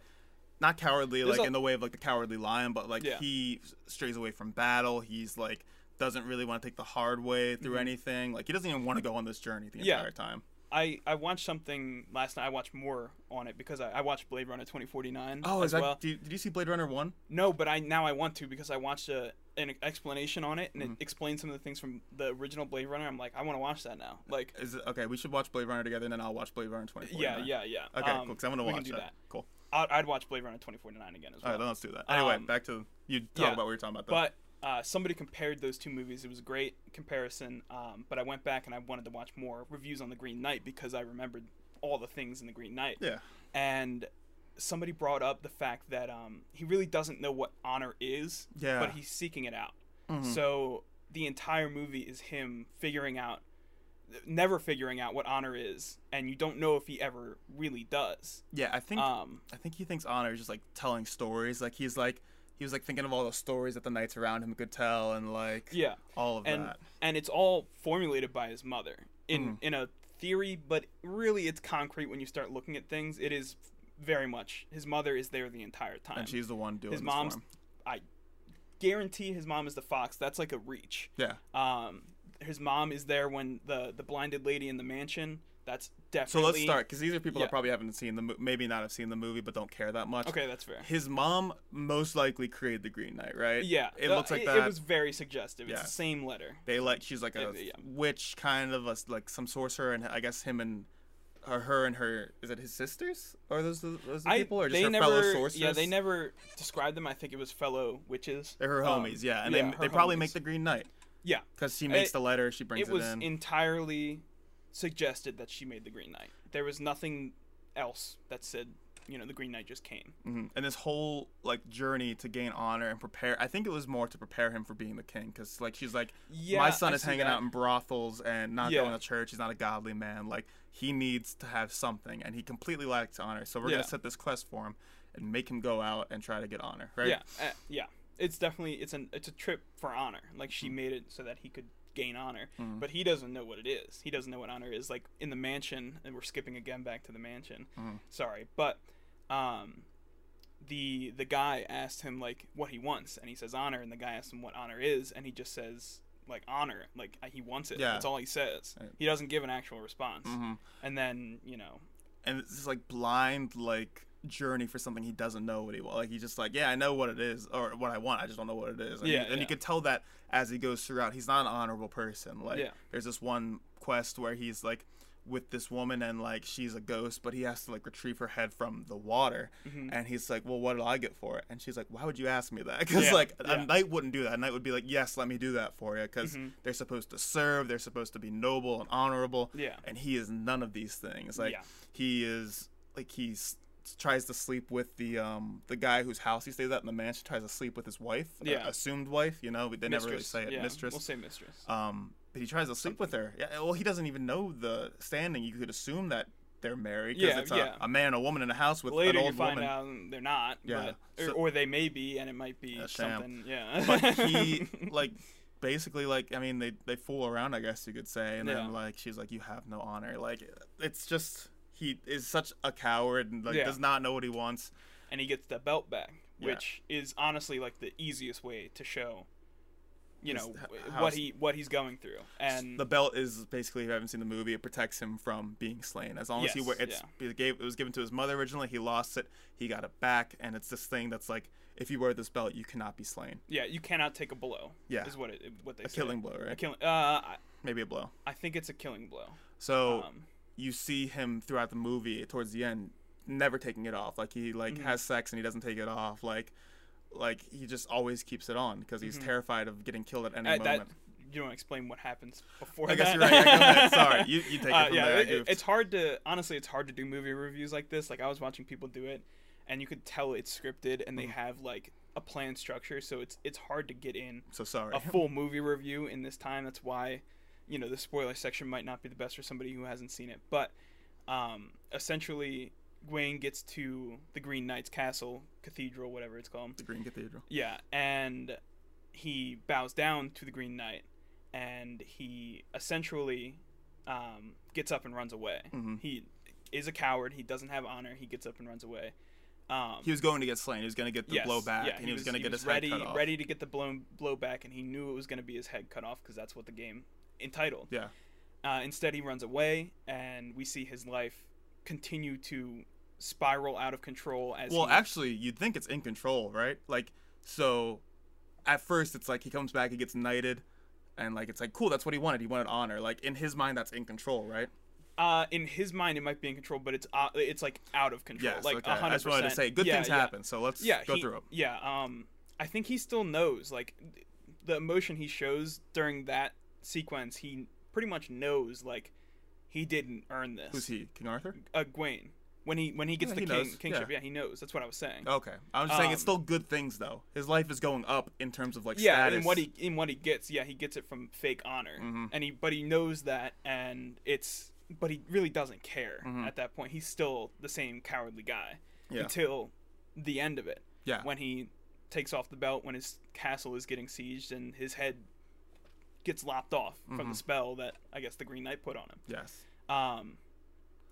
S2: not cowardly
S1: There's
S2: like
S1: a-
S2: in the way of like the cowardly lion, but like
S1: Yeah.
S2: he strays away from battle. He's like doesn't really want to take the hard way through anything. Like he doesn't even want to go on this journey the
S1: Mm-hmm. Yeah.
S2: entire time.
S1: I, I watched something last night. I watched more on it because I, I watched Blade Runner 2049.
S2: Oh, is
S1: as
S2: that?
S1: well.
S2: Did, did you see Blade Runner one?
S1: No, but I now I want to because I watched a, an explanation on it and
S2: Mm-hmm.
S1: it explains some of the things from the original Blade Runner. I'm like, I want to watch that now. Like,
S2: Is it okay? We should watch Blade Runner together, and then I'll watch Blade Runner twenty.
S1: yeah, yeah, yeah.
S2: Okay,
S1: Um,
S2: cool. Because I'm gonna
S1: we
S2: watch
S1: can do
S2: that.
S1: that.
S2: Cool.
S1: I'd, I'd watch Blade Runner 2049 again as
S2: All
S1: well.
S2: right, then let's do that. Anyway,
S1: Um,
S2: back to you. Talk
S1: yeah.
S2: about what you were talking about. Though.
S1: but uh, somebody compared those two movies. It was a great comparison. Um, but I went back and I wanted to watch more reviews on The Green Knight because I remembered all the things in The Green Knight.
S2: yeah,
S1: and somebody brought up the fact that um, he really doesn't know what honor is,
S2: Yeah. Mm-hmm.
S1: but he's seeking it out. So the entire movie is him figuring out, never figuring out what honor is, and you don't know if he ever really does.
S2: yeah. I think
S1: Um,
S2: I think he thinks honor is just like telling stories. Like he's like he was like thinking of all the stories that the knights around him could tell and like
S1: yeah,
S2: all of
S1: and
S2: that.
S1: and it's all formulated by his mother in
S2: Mm-hmm.
S1: in a theory, but really it's concrete when you start looking at things. It is very much his mother is there the entire time.
S2: And she's the one doing
S1: his
S2: this
S1: mom's
S2: for him.
S1: i guarantee his mom is the fox that's like a reach
S2: Yeah.
S1: um his mom is there when the the blinded lady in the mansion that's
S2: So
S1: definitely
S2: let's start because these are people
S1: Yeah.
S2: that probably haven't seen the mo- maybe not have seen the movie but don't care that much.
S1: okay that's fair
S2: His mom most likely created the Green Knight, right?
S1: yeah
S2: It
S1: uh,
S2: looks like
S1: it,
S2: that.
S1: it was very suggestive it's
S2: Yeah.
S1: the same letter
S2: they like she's like a
S1: It- yeah.
S2: witch kind of a s- like some sorcerer and I guess him and or her and her is it his sisters or those the- those the
S1: I,
S2: people or just
S1: they
S2: her
S1: never,
S2: fellow sorcerers?
S1: Yeah, they never described them. I think it was fellow witches.
S2: They're her
S1: Um,
S2: homies, yeah, and
S1: yeah,
S2: they
S1: her
S2: they probably
S1: homies.
S2: make the Green Knight.
S1: Yeah,
S2: Because she makes
S1: It-
S2: the letter, she brings
S1: it
S2: it,
S1: was
S2: in.
S1: entirely suggested that she made the Green Knight. There was nothing else that said, you know, the Green Knight just came.
S2: Mhm. And this whole like journey to gain honor and prepare. I think it was more to prepare him for being the king, because like she's like,
S1: Yeah,
S2: my son
S1: I
S2: is
S1: see
S2: hanging
S1: that.
S2: out in brothels and not
S1: Yeah.
S2: going to church. He's not a godly man. Like he needs to have something, and he completely lacks honor. So we're
S1: Yeah.
S2: gonna set this quest for him and make him go out and try to get honor, right?
S1: Yeah, uh, yeah. It's definitely it's an it's a trip for honor. Like
S2: Mm.
S1: she made it so that he could gain honor,
S2: Mm-hmm.
S1: but he doesn't know what it is. He doesn't know what honor is. Like in the mansion, and we're skipping again back to the mansion.
S2: Mm-hmm.
S1: Sorry, but um, the the guy asked him like what he wants, and he says honor, and the guy asks him what honor is, and he just says like honor, like uh, he wants it.
S2: Yeah.
S1: That's all he says.
S2: Right.
S1: He doesn't give an actual response.
S2: Mhm.
S1: And then you know,
S2: And it's this like blind like journey for something he doesn't know what he wants. Like he's just like, yeah, I know what it is or what I want. I just don't know what it is. And
S1: Yeah,
S2: you, and
S1: yeah.
S2: you could tell that as he goes throughout, he's not an honorable person. Like
S1: Yeah.
S2: there's this one quest where he's like with this woman and like she's a ghost, but he has to like retrieve her head from the water.
S1: mm-hmm.
S2: And he's like, well, what did I get for it? And she's like, why would you ask me that? [LAUGHS] Because
S1: Yeah,
S2: like
S1: yeah. Mm-hmm.
S2: a knight wouldn't do that. A knight would be like, yes, let me do that for you because they're supposed to serve. They're supposed to be noble and honorable.
S1: Yeah.
S2: And he is none of these things. Like
S1: Yeah.
S2: he is like he's tries to sleep with the um the guy whose house he stays at in the mansion tries to sleep with his wife uh,
S1: Yeah.
S2: assumed wife you know they never really
S1: mistress.
S2: say it
S1: Yeah,
S2: mistress
S1: We'll say mistress.
S2: um but he tries to sleep with her yeah well he doesn't even know the standing you could assume that they're married because
S1: Yeah,
S2: it's a,
S1: yeah.
S2: a man and a woman in a house with
S1: Later
S2: an
S1: you
S2: old
S1: find
S2: woman
S1: out they're not,
S2: Yeah.
S1: but or,
S2: So-
S1: or they may be, and it might be
S2: A
S1: [LAUGHS]
S2: sham.
S1: something. Yeah,
S2: but he like basically like I mean they they fool around I guess you could say and
S1: Yeah.
S2: then like she's like you have no honor like it's just he is such a coward and like
S1: Yeah.
S2: does not know what he wants
S1: and he gets the belt back,
S2: Yeah.
S1: which is honestly like the easiest way to show, you
S2: Just
S1: know,
S2: h-
S1: wh-
S2: how
S1: what
S2: s-
S1: he what he's going through. And
S2: the belt is basically if you haven't seen the movie it protects him from being slain as long as he
S1: Yes,
S2: wear it's it gave it was given to his mother originally he lost it he got it back and it's this thing that's like if you wear this belt you cannot be slain
S1: yeah, you cannot take a blow.
S2: Yeah.
S1: is what it what they
S2: a
S1: say.
S2: killing blow
S1: A
S2: right
S1: killing. Uh, I,
S2: maybe a blow
S1: I think it's a killing blow.
S2: so
S1: Um,
S2: you see him throughout the movie towards the end never taking it off like he
S1: Mm-hmm.
S2: like has sex and he doesn't take it off like like he just always keeps it on because he's terrified of getting killed at any
S1: I-
S2: moment
S1: Mm-hmm. Uh, that you don't explain what happens before.
S2: i guess
S1: that.
S2: you're right yeah, go
S1: [LAUGHS]
S2: ahead. sorry you, you take it
S1: Uh,
S2: from
S1: yeah,
S2: there I
S1: it- it-
S2: goofed.
S1: it's hard to honestly, it's hard to do movie reviews like this. Like I was watching people do it, and you could tell it's scripted, and
S2: Mm-hmm.
S1: they have like a planned structure, so it's it's hard to get in
S2: so sorry [LAUGHS]
S1: a full movie review in this time. That's why, you know, the spoiler section might not be the best for somebody who hasn't seen it. But um, essentially, Gwen gets to the Green Knight's castle, cathedral, whatever it's called.
S2: the green cathedral
S1: Yeah, and he bows down to the Green Knight, and he essentially um, gets up and runs away.
S2: Mhm.
S1: He is a coward. He doesn't have honor. He gets up and runs away. Um,
S2: he was going to get slain he was going to get the
S1: Yes,
S2: blow back
S1: yeah,
S2: and he, was, going to get his
S1: ready,
S2: head cut off
S1: ready to get the blown blowback, and he knew it was going to be his head cut off because that's what the game entitled.
S2: yeah
S1: Uh, instead, he runs away, and we see his life continue to spiral out of control as
S2: well
S1: he,
S2: actually you'd think it's in control right like so at first it's like he comes back he gets knighted and like it's like cool that's what he wanted he wanted honor like in his mind that's in control right
S1: uh, in his mind, it might be in control, but it's uh, it's like out of control,
S2: Yes,
S1: like
S2: okay.
S1: hundred
S2: I just wanted to say good things happen, so let's
S1: Yeah,
S2: go
S1: he-
S2: through them.
S1: Yeah, um, I think he still knows like th- the emotion he shows during that sequence. He pretty much knows like he didn't earn this.
S2: Who's he? King Arthur?
S1: uh, Gwen. When he when he gets
S2: Yeah,
S1: the
S2: he
S1: king,
S2: knows.
S1: kingship, yeah.
S2: Yeah.
S1: he knows. That's what I was saying.
S2: Okay. I'm just saying
S1: Um,
S2: it's still good things though. His life is going up in terms of like
S1: yeah,
S2: status. Mm-hmm.
S1: and what he in what he gets, yeah, he gets it from fake honor, and he but he knows that, and it's but he really doesn't care at that point. He's still the same cowardly guy
S2: Mm-hmm. Yeah.
S1: until the end of it.
S2: Yeah.
S1: when he takes off the belt when his castle is getting sieged and his head gets lopped off
S2: Mm-hmm.
S1: from the spell that I guess the Green Knight put on him.
S2: Yes.
S1: Um,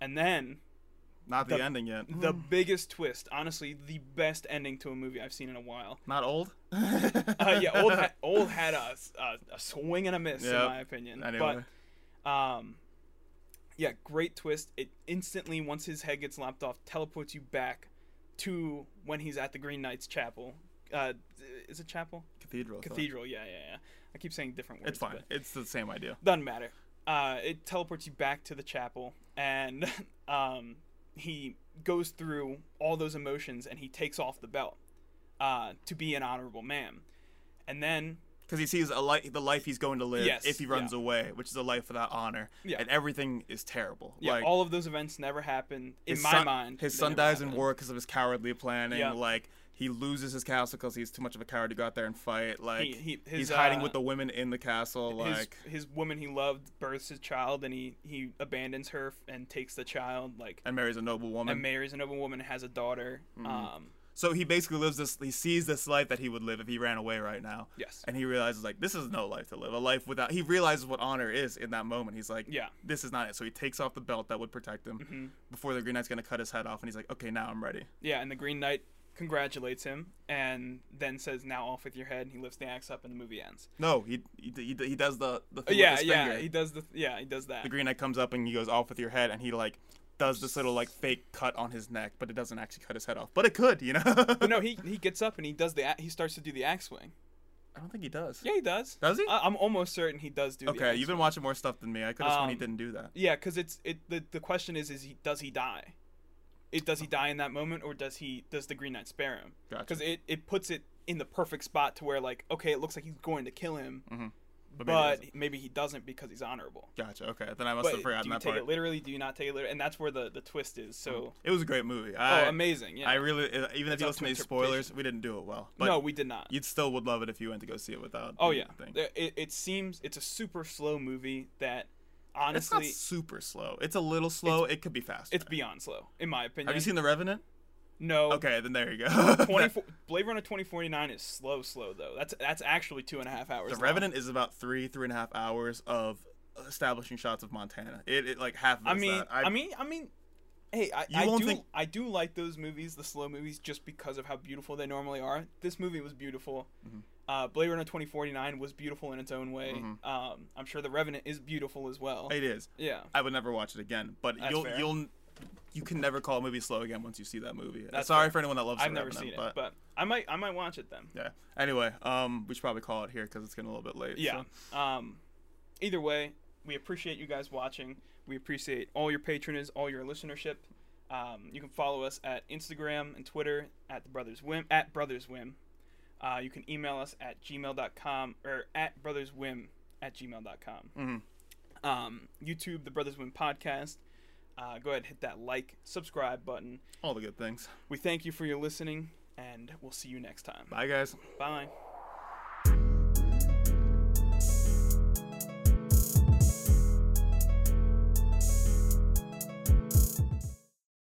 S1: and then
S2: Not the,
S1: The-
S2: ending yet. Hmm.
S1: the biggest twist, honestly, the best ending to a movie I've seen in a while.
S2: Not old.
S1: [LAUGHS] uh, yeah,
S2: [LAUGHS]
S1: old ha- old had a, a, a swing and a miss in
S2: Yep.
S1: my opinion.
S2: Anyway.
S1: But um, yeah, great twist. It instantly once his head gets lopped off, teleports you back to when he's at the Green Knight's chapel. Uh, is it chapel?
S2: Cathedral. so-
S1: Cathedral. Yeah, yeah, yeah. I keep saying different words.
S2: It's fine.
S1: but
S2: It's the same idea.
S1: Doesn't matter. Uh, it teleports you back to the chapel, and [LAUGHS] um, he goes through all those emotions, and he takes off the belt uh, to be an honorable man. And then
S2: Because he sees a li- the life he's going to live
S1: Yes,
S2: if he runs
S1: yeah.
S2: away, which is a life without honor.
S1: Yeah.
S2: And everything is terrible.
S1: Yeah,
S2: like
S1: all of those events never happened in
S2: his
S1: my
S2: son-
S1: mind.
S2: His
S1: they
S2: son
S1: never
S2: dies in
S1: happened.
S2: war because of his cowardly planning.
S1: Yeah.
S2: Like he loses his castle because he's too much of a coward to go out there and fight. Like
S1: He- he- his,
S2: he's hiding
S1: uh,
S2: with the women in the castle.
S1: His,
S2: Like
S1: his woman he loved births his child, and he he abandons her f- and takes the child. Like
S2: and Mm-hmm. marries a noble woman.
S1: and marries another woman and has a daughter. Um,
S2: so he basically lives this. He sees this life that he would live if he ran away right now.
S1: Yes.
S2: And he realizes like this is no life to live. A life without. He realizes what honor is in that moment. He's like,
S1: Yeah. Mm-hmm.
S2: this is not it. So he takes off the belt that would protect him before the Green Knight's gonna cut his head off, and he's like, okay, now I'm ready.
S1: yeah, and the Green Knight congratulates him and then says, "Now off with your head." And he lifts the axe up, and the movie ends.
S2: No, he he, he, he does the the
S1: But
S2: thing
S1: yeah,
S2: with his
S1: yeah,
S2: finger.
S1: he does the yeah he does that.
S2: the green knight comes up and he goes off with your head and he like does this little like fake cut on his neck but it doesn't actually cut his head off but it could you know
S1: but no, he he gets up and he does the a- he starts to do the axe swing.
S2: [LAUGHS] i don't think he does
S1: Yeah, he does.
S2: Does he?
S1: I- I'm almost certain he does do. the
S2: okay
S1: axe
S2: you've
S1: swing.
S2: been watching more stuff than me i could have sworn he
S1: Um,
S2: didn't do that
S1: Yeah, because it's it. The, the question is, is he does he die? It does he die in that moment, or does he does the Green Knight spare him?
S2: Gotcha.
S1: Because it it puts it in the perfect spot to where like okay, it looks like he's going to kill him,
S2: but, maybe he
S1: but
S2: doesn't.
S1: maybe he doesn't because he's honorable.
S2: gotcha okay then i must
S1: But
S2: have forgotten
S1: do you
S2: that
S1: take
S2: part
S1: it literally? Do you not take it literally? And that's where the the twist is. So
S2: it was a great movie I,
S1: oh, amazing! Yeah.
S2: i really uh, even if you
S1: up
S2: listen
S1: to
S2: to these spoilers we didn't do it well but
S1: no, we did not.
S2: you'd still would love it if you went to go see it without
S1: oh
S2: the
S1: yeah.
S2: thing.
S1: There- It, it seems it's a super slow movie that
S2: it's not
S1: honestly it's,
S2: super slow it's a little slow it could be faster
S1: beyond slow in my opinion.
S2: have you seen the revenant
S1: No.
S2: Okay, then
S1: [LAUGHS]
S2: there you go. [LAUGHS]
S1: 24, Blade Runner 2049 is slow, slow though. That's that's actually two and a half hours.
S2: The
S1: long.
S2: Revenant is about three, three and a half hours of establishing shots of Montana. It, it like half. Of it
S1: I
S2: is
S1: mean,
S2: that.
S1: I, mean, I mean, hey, I,
S2: You
S1: I
S2: won't
S1: do,
S2: think-
S1: I do like those movies, the slow movies, just because of how beautiful they normally are. This movie was beautiful.
S2: Mhm.
S1: Uh, Blade Runner 2049 was beautiful in its own way.
S2: Mhm.
S1: Um, I'm sure The Revenant is beautiful as well.
S2: it is.
S1: yeah,
S2: I would never watch it again. But
S1: That's
S2: you'll
S1: fair.
S2: you'll you can never call a movie slow again once you see that movie.
S1: That's
S2: Sorry
S1: fair.
S2: for anyone that loves.
S1: I've
S2: the
S1: never
S2: Revenant,
S1: seen it,
S2: but,
S1: but I might, I might watch it then.
S2: yeah. Anyway, um, we should probably call it here because it's getting a little bit late.
S1: Yeah.
S2: so.
S1: Um, either way, we appreciate you guys watching. We appreciate all your patronage, all your listenership. Um, you can follow us at Instagram and Twitter at the Brothers Whim at Brothers Whim. Uh, you can email us at gmail.com or at Brothers Whim at gmail.com.
S2: Mhm.
S1: Um, YouTube, the Brothers Whim podcast. Uh, go ahead and hit that like, subscribe button.
S2: All the good things.
S1: We thank you for your listening, and we'll see you next time.
S2: Bye, guys.
S1: Bye.